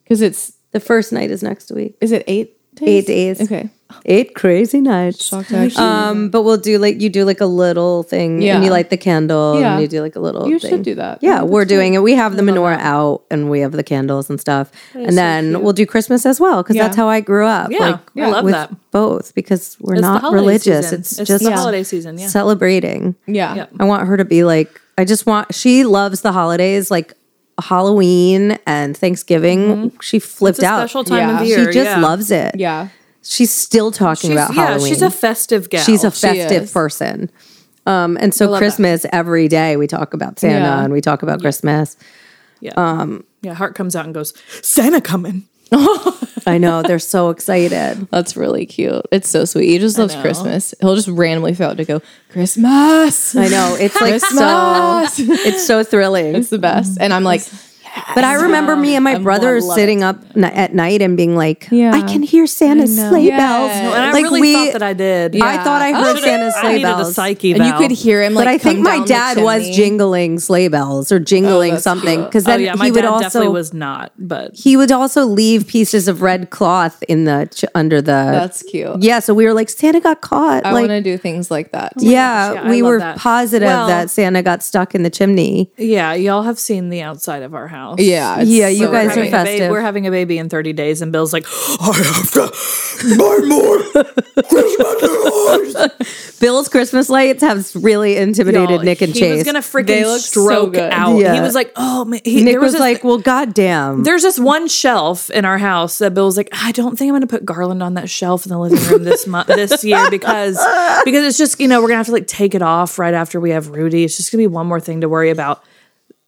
Speaker 1: Because it's
Speaker 2: The first night is next week.
Speaker 1: is it eight days? Uh,
Speaker 2: Eight days.
Speaker 1: (laughs) Okay.
Speaker 2: Eight crazy nights.
Speaker 1: Shocked I actually.
Speaker 2: Um, but we'll do like you do like a little thing,
Speaker 1: Yeah.
Speaker 2: and you light the candle,
Speaker 1: Yeah.
Speaker 2: and you do like a little.
Speaker 1: you
Speaker 2: thing.
Speaker 1: should do that.
Speaker 2: Yeah, we're doing it. We have the menorah out, and we have the candles and stuff, and then we'll do Christmas as well because
Speaker 1: Yeah.
Speaker 2: that's how I grew up.
Speaker 3: Yeah,
Speaker 2: like,
Speaker 3: I love
Speaker 2: with
Speaker 3: that.
Speaker 2: Both because we're
Speaker 3: It's the
Speaker 2: not
Speaker 3: holiday
Speaker 2: religious.
Speaker 3: season.
Speaker 2: It's,
Speaker 3: It's
Speaker 2: just
Speaker 3: the holiday season, yeah.
Speaker 2: celebrating.
Speaker 1: Yeah.
Speaker 3: Yep.
Speaker 2: I want her to be like, I just want, she loves the holidays, like Halloween and Thanksgiving. She
Speaker 3: Mm-hmm.
Speaker 2: flipped
Speaker 3: It's a
Speaker 2: out.
Speaker 3: special time
Speaker 1: Yeah.
Speaker 3: of
Speaker 1: She
Speaker 2: she
Speaker 3: year.
Speaker 2: just
Speaker 3: yeah.
Speaker 2: loves it.
Speaker 1: Yeah.
Speaker 2: She's still
Speaker 3: She's,
Speaker 2: talking about
Speaker 3: yeah,
Speaker 2: Halloween.
Speaker 3: she's a festive gal.
Speaker 2: She's a
Speaker 1: She
Speaker 2: festive
Speaker 1: is.
Speaker 2: person. Um, and so
Speaker 3: love that.
Speaker 2: Christmas every day we talk about Santa
Speaker 1: Yeah.
Speaker 2: and we talk about Christmas.
Speaker 3: yeah.
Speaker 2: um,
Speaker 3: yeah. Heart comes out and goes, Santa coming.
Speaker 2: I know they're so excited.
Speaker 1: That's really cute. It's so sweet. He just loves Christmas. He'll just randomly fail to go, Christmas.
Speaker 2: I know it's like so (laughs)
Speaker 1: Christmas.
Speaker 2: it's so thrilling.
Speaker 1: it's the best. And I'm like,
Speaker 2: But I remember me and my brother
Speaker 1: love
Speaker 2: sitting up n- at night and being like,
Speaker 1: Yeah.
Speaker 2: I can hear Santa's sleigh
Speaker 1: Yes.
Speaker 2: bells.
Speaker 1: No,
Speaker 3: And I
Speaker 2: (laughs) like
Speaker 3: really thought that I did.
Speaker 2: I thought I
Speaker 1: Yeah.
Speaker 2: heard
Speaker 1: Oh,
Speaker 2: Santa's
Speaker 3: I
Speaker 2: sleigh
Speaker 3: needed
Speaker 2: bells.
Speaker 3: a psyche
Speaker 1: and
Speaker 3: valve.
Speaker 1: you could hear him like,
Speaker 2: but I think
Speaker 1: come
Speaker 2: my
Speaker 1: down the
Speaker 2: dad was
Speaker 1: chimney.
Speaker 2: jingling sleigh bells or jingling
Speaker 1: that's
Speaker 2: something
Speaker 1: cute.
Speaker 2: because
Speaker 3: Oh,
Speaker 2: then
Speaker 3: yeah. My
Speaker 2: he would
Speaker 3: dad
Speaker 2: also
Speaker 3: definitely was not, but
Speaker 2: he would also leave pieces of red cloth in the ch- under the
Speaker 1: That's cute.
Speaker 2: yeah. So we were like Santa got caught.
Speaker 1: I
Speaker 2: like
Speaker 1: want to do things like that.
Speaker 3: gosh,
Speaker 2: yeah,
Speaker 3: yeah, I
Speaker 2: we
Speaker 3: love
Speaker 2: were
Speaker 3: that.
Speaker 2: positive
Speaker 3: Well-
Speaker 2: that Santa got stuck in the chimney.
Speaker 3: yeah, y'all have seen the outside of our house.
Speaker 1: Yeah. it's
Speaker 2: Yeah, you guys
Speaker 3: having a
Speaker 2: are
Speaker 1: great.
Speaker 3: ba-
Speaker 2: festive.
Speaker 3: we're having a baby in 30 days, and Bill's like, (gasps) I have to buy more.
Speaker 2: Bill's Christmas lights have really intimidated
Speaker 3: Y'all,
Speaker 2: Nick and
Speaker 3: he
Speaker 2: Chase.
Speaker 3: was gonna freaking
Speaker 1: They look so
Speaker 3: stroke
Speaker 1: good.
Speaker 3: out.
Speaker 2: Yeah.
Speaker 3: He was like, "Oh man!" He,
Speaker 2: Nick
Speaker 3: there
Speaker 2: was,
Speaker 3: this-
Speaker 2: like, "Well, goddamn."
Speaker 3: there's this one shelf in our house that Bill was like, I don't think I'm going to put garland on that shelf in the living room this month, (laughs) this year because because it's just you know we're gonna have to like take it off right after we have Rudy. It's just gonna be one more thing to worry about.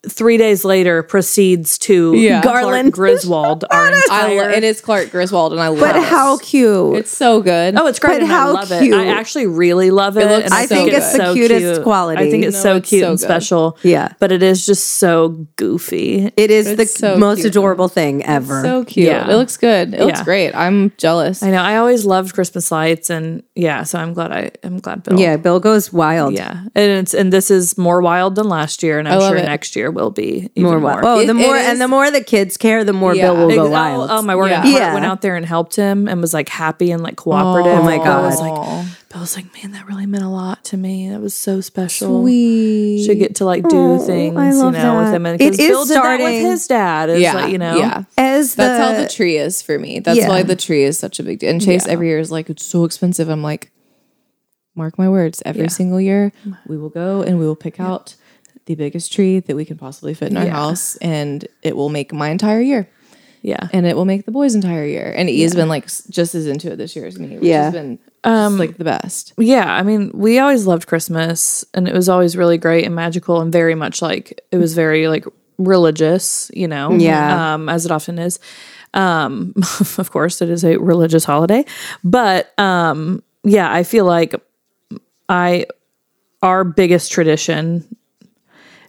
Speaker 3: Three days later, proceeds to
Speaker 1: Yeah.
Speaker 3: garland (laughs)
Speaker 2: Garland.
Speaker 3: Griswold. Our
Speaker 1: I
Speaker 3: entire,
Speaker 1: lo- it is Clark Griswold, and I love
Speaker 2: But
Speaker 1: it.
Speaker 2: how cute!
Speaker 1: It's so good.
Speaker 3: Oh, it's great!
Speaker 2: But
Speaker 3: and
Speaker 2: how
Speaker 3: I love
Speaker 2: cute.
Speaker 3: it. I actually really love it.
Speaker 1: looks
Speaker 3: and
Speaker 1: I think it's
Speaker 2: the cutest quality.
Speaker 3: I think it's
Speaker 1: No,
Speaker 3: so
Speaker 1: it's
Speaker 3: cute
Speaker 1: so
Speaker 3: and
Speaker 1: good.
Speaker 3: special.
Speaker 2: Yeah.
Speaker 3: but it is just so goofy.
Speaker 2: It is the
Speaker 1: It's so
Speaker 2: most
Speaker 1: cute.
Speaker 2: adorable thing ever.
Speaker 1: so cute.
Speaker 3: Yeah.
Speaker 1: It looks good. It looks
Speaker 3: Yeah.
Speaker 1: great. I'm jealous.
Speaker 3: I know. I always loved Christmas lights, and yeah, so I'm glad I I'm glad Bill.
Speaker 2: yeah, Bill goes wild.
Speaker 3: yeah, and it's and this is more wild than last year, and I'm
Speaker 1: love
Speaker 3: sure
Speaker 1: it.
Speaker 3: next year will be even
Speaker 2: More
Speaker 3: more.
Speaker 2: wild. Oh,
Speaker 1: It-
Speaker 2: the more
Speaker 1: it is-
Speaker 2: and the more the kids care, the more Bill will
Speaker 3: Ex-
Speaker 2: go
Speaker 3: oh,
Speaker 2: wild.
Speaker 3: Oh, my word!
Speaker 1: Yeah.
Speaker 3: Yeah.
Speaker 2: Yeah.
Speaker 3: went out there and helped him, and was like happy and like cooperative.
Speaker 2: Oh, my
Speaker 3: Bill was
Speaker 2: God.
Speaker 1: Aw.
Speaker 3: like, Bill was like, man, that really meant a lot to me. That was so special.
Speaker 1: we
Speaker 3: to get to like do things,
Speaker 2: Oh, I
Speaker 3: you know, with
Speaker 2: love that.
Speaker 3: him. And
Speaker 2: It
Speaker 3: 'cause
Speaker 2: is
Speaker 3: Bill did that
Speaker 2: starting-
Speaker 3: with his dad. Is
Speaker 1: yeah,
Speaker 3: like, you know,
Speaker 1: yeah.
Speaker 2: As
Speaker 1: That's how the
Speaker 2: the,
Speaker 1: tree is for me. That's
Speaker 2: Yeah.
Speaker 1: why the tree is such a big deal. And Chase every year is like, it's so expensive. I'm like, mark my words, every single year we will go and we will pick out the biggest tree that we can possibly fit in our house and it will make my entire year.
Speaker 3: yeah.
Speaker 1: And it will make the boys' entire year. And E has been like s- just as into it this year as me, which
Speaker 2: Yeah. Um,
Speaker 1: has been just, like the best.
Speaker 3: yeah, I mean, we always loved Christmas and it was always really great and magical and very much like it was very like religious, you know.
Speaker 2: Yeah.
Speaker 3: Um, as it often is. Um, (laughs) of course it is a religious holiday. But um yeah, I feel like I our biggest tradition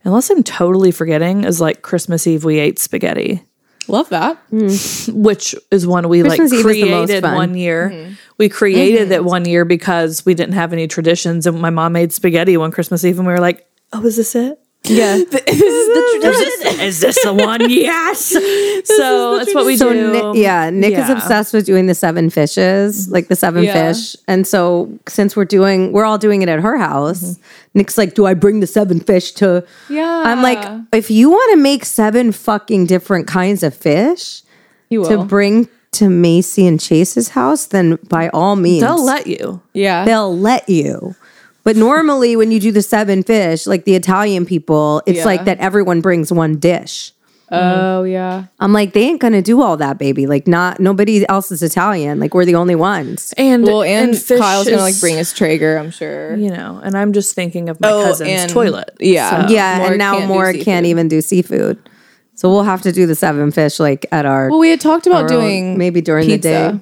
Speaker 3: unless I'm totally forgetting is like Christmas Eve we ate spaghetti.
Speaker 1: Love that.
Speaker 2: Mm.
Speaker 3: which is one we
Speaker 2: Christmas Eve
Speaker 3: like
Speaker 2: is the most
Speaker 3: created
Speaker 2: fun.
Speaker 3: one year.
Speaker 1: Mm-hmm.
Speaker 3: We created it one year because we didn't have any traditions, and my mom made spaghetti one Christmas Eve, and we were like, "Oh, is this it?
Speaker 2: yeah.
Speaker 3: (laughs) Is this, is this the one? (laughs)
Speaker 1: (laughs)
Speaker 3: Yes." so that's what we
Speaker 2: so
Speaker 3: do.
Speaker 2: Ni- yeah, Nick is
Speaker 3: Yeah.
Speaker 2: obsessed with doing the seven fishes, like the seven
Speaker 1: Yeah.
Speaker 2: fish. And so since we're doing, we're all doing it at her house. Nick's like, "Do I bring the seven fish to?"
Speaker 1: Mm-hmm. Yeah.
Speaker 2: I'm like, if you want to make seven fucking different kinds of fish
Speaker 1: You
Speaker 2: to
Speaker 1: will.
Speaker 2: bring to Macy and Chase's house, then by all means,
Speaker 3: They'll let you.
Speaker 1: yeah.
Speaker 2: they'll let you. But normally, when you do the seven fish, like the Italian people, it's
Speaker 1: Yeah.
Speaker 2: like that everyone brings one dish.
Speaker 1: oh,
Speaker 2: Mm.
Speaker 1: yeah.
Speaker 2: I'm like, they ain't gonna do all that, baby. Like, not nobody else is Italian. Like, we're the only ones.
Speaker 3: And
Speaker 1: Well, and,
Speaker 3: fish
Speaker 1: Kyle's
Speaker 3: is-
Speaker 1: gonna like bring us Traeger, I'm sure.
Speaker 3: you know. And I'm just thinking of my
Speaker 1: Oh,
Speaker 3: cousin's
Speaker 1: and-
Speaker 3: toilet.
Speaker 1: yeah.
Speaker 3: So-
Speaker 2: yeah,
Speaker 1: More
Speaker 2: and now
Speaker 1: can't do
Speaker 2: more
Speaker 1: seafood.
Speaker 2: can't even do seafood. So we'll have to do the seven fish like at our
Speaker 1: Well, we had talked about
Speaker 2: our own-
Speaker 1: doing
Speaker 2: maybe during
Speaker 1: pizza.
Speaker 2: the day.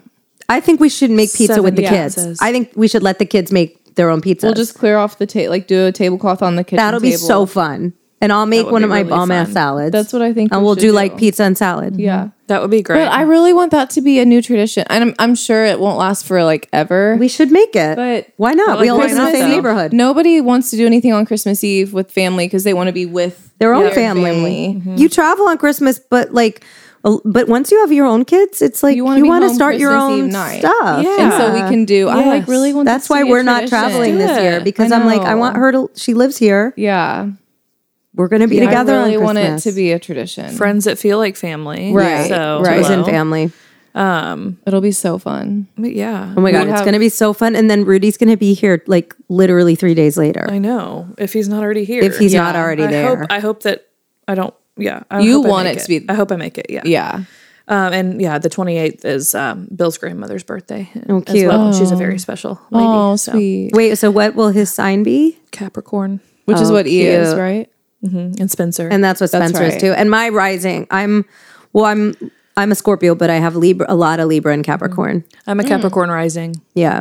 Speaker 2: I think we should make pizza
Speaker 3: Seven
Speaker 2: with the
Speaker 3: pizzas.
Speaker 2: kids. I think we should let the kids make their own pizza.
Speaker 1: We'll just clear off the table, like do a tablecloth on the kitchen.
Speaker 2: that'll be
Speaker 1: table.
Speaker 2: so fun. And I'll make
Speaker 3: would
Speaker 2: one
Speaker 3: be
Speaker 2: of my
Speaker 3: really
Speaker 2: bomb ass
Speaker 3: fun.
Speaker 2: salads.
Speaker 1: That's what I think
Speaker 2: And
Speaker 1: we
Speaker 2: we'll
Speaker 1: should
Speaker 2: do, like
Speaker 1: do.
Speaker 2: pizza and salad.
Speaker 1: Yeah.
Speaker 3: that would be great.
Speaker 1: But I really want that to be a new tradition. And I'm, I'm sure it won't last for like ever.
Speaker 2: We should make it.
Speaker 1: But-
Speaker 2: why not?
Speaker 3: But like,
Speaker 2: we all
Speaker 3: why
Speaker 2: live in the
Speaker 3: not,
Speaker 2: same
Speaker 3: though?
Speaker 2: neighborhood.
Speaker 1: Nobody wants to do anything on Christmas Eve with family because they want to be with Mm-hmm.
Speaker 2: Their own family. You travel on Christmas, but like a- But once you have your own kids, it's like you
Speaker 1: wanna be
Speaker 2: want to
Speaker 1: home
Speaker 2: start your
Speaker 1: Christmas
Speaker 2: own
Speaker 1: Eve night.
Speaker 2: stuff.
Speaker 3: Yeah.
Speaker 1: And so we can do. I like
Speaker 3: Yes.
Speaker 1: really want.
Speaker 2: That's
Speaker 1: this to
Speaker 2: why
Speaker 1: be a
Speaker 2: we're not
Speaker 1: tradition.
Speaker 2: traveling this year
Speaker 3: Yeah,
Speaker 2: because
Speaker 1: I
Speaker 2: I'm like, I want
Speaker 1: know.
Speaker 2: her to. She lives here.
Speaker 1: Yeah,
Speaker 2: We're going to be
Speaker 1: I
Speaker 2: together.
Speaker 1: really
Speaker 2: on
Speaker 1: want it
Speaker 2: Christmas.
Speaker 1: to be a tradition.
Speaker 3: friends that feel like family.
Speaker 1: Right,
Speaker 3: So
Speaker 1: right.
Speaker 2: friends
Speaker 1: Friends
Speaker 2: and
Speaker 3: hello.
Speaker 2: family.
Speaker 1: It'll be so fun.
Speaker 3: But yeah.
Speaker 2: Oh my god, it's
Speaker 1: have-
Speaker 2: going to be so fun. And then Rudy's going to be here like literally three days later.
Speaker 3: I know. If he's not already here.
Speaker 2: If he's not already
Speaker 3: I
Speaker 2: there.
Speaker 3: Hope, I hope that I don't yeah. I
Speaker 1: You
Speaker 3: hope I
Speaker 1: want
Speaker 3: make
Speaker 1: it to be-
Speaker 3: I hope I make it. Yeah.
Speaker 1: Yeah.
Speaker 3: Um, and yeah, the 28th is um, Bill's grandmother's birthday.
Speaker 2: Oh,
Speaker 3: as
Speaker 2: cute.
Speaker 3: well. She's a very special lady.
Speaker 1: Oh,
Speaker 3: so.
Speaker 1: sweet.
Speaker 2: Wait, so what will his sign be?
Speaker 3: Capricorn
Speaker 1: Which is
Speaker 2: Oh,
Speaker 1: what E is,
Speaker 2: cute.
Speaker 1: right?
Speaker 3: and Spencer.
Speaker 2: And that's what Spencer is
Speaker 1: right.
Speaker 2: too. And my rising, I'm well, I'm I'm a Scorpio, but I have Libra, a lot of Libra and Capricorn.
Speaker 1: Mm-hmm.
Speaker 3: I'm a Capricorn rising.
Speaker 2: Yeah,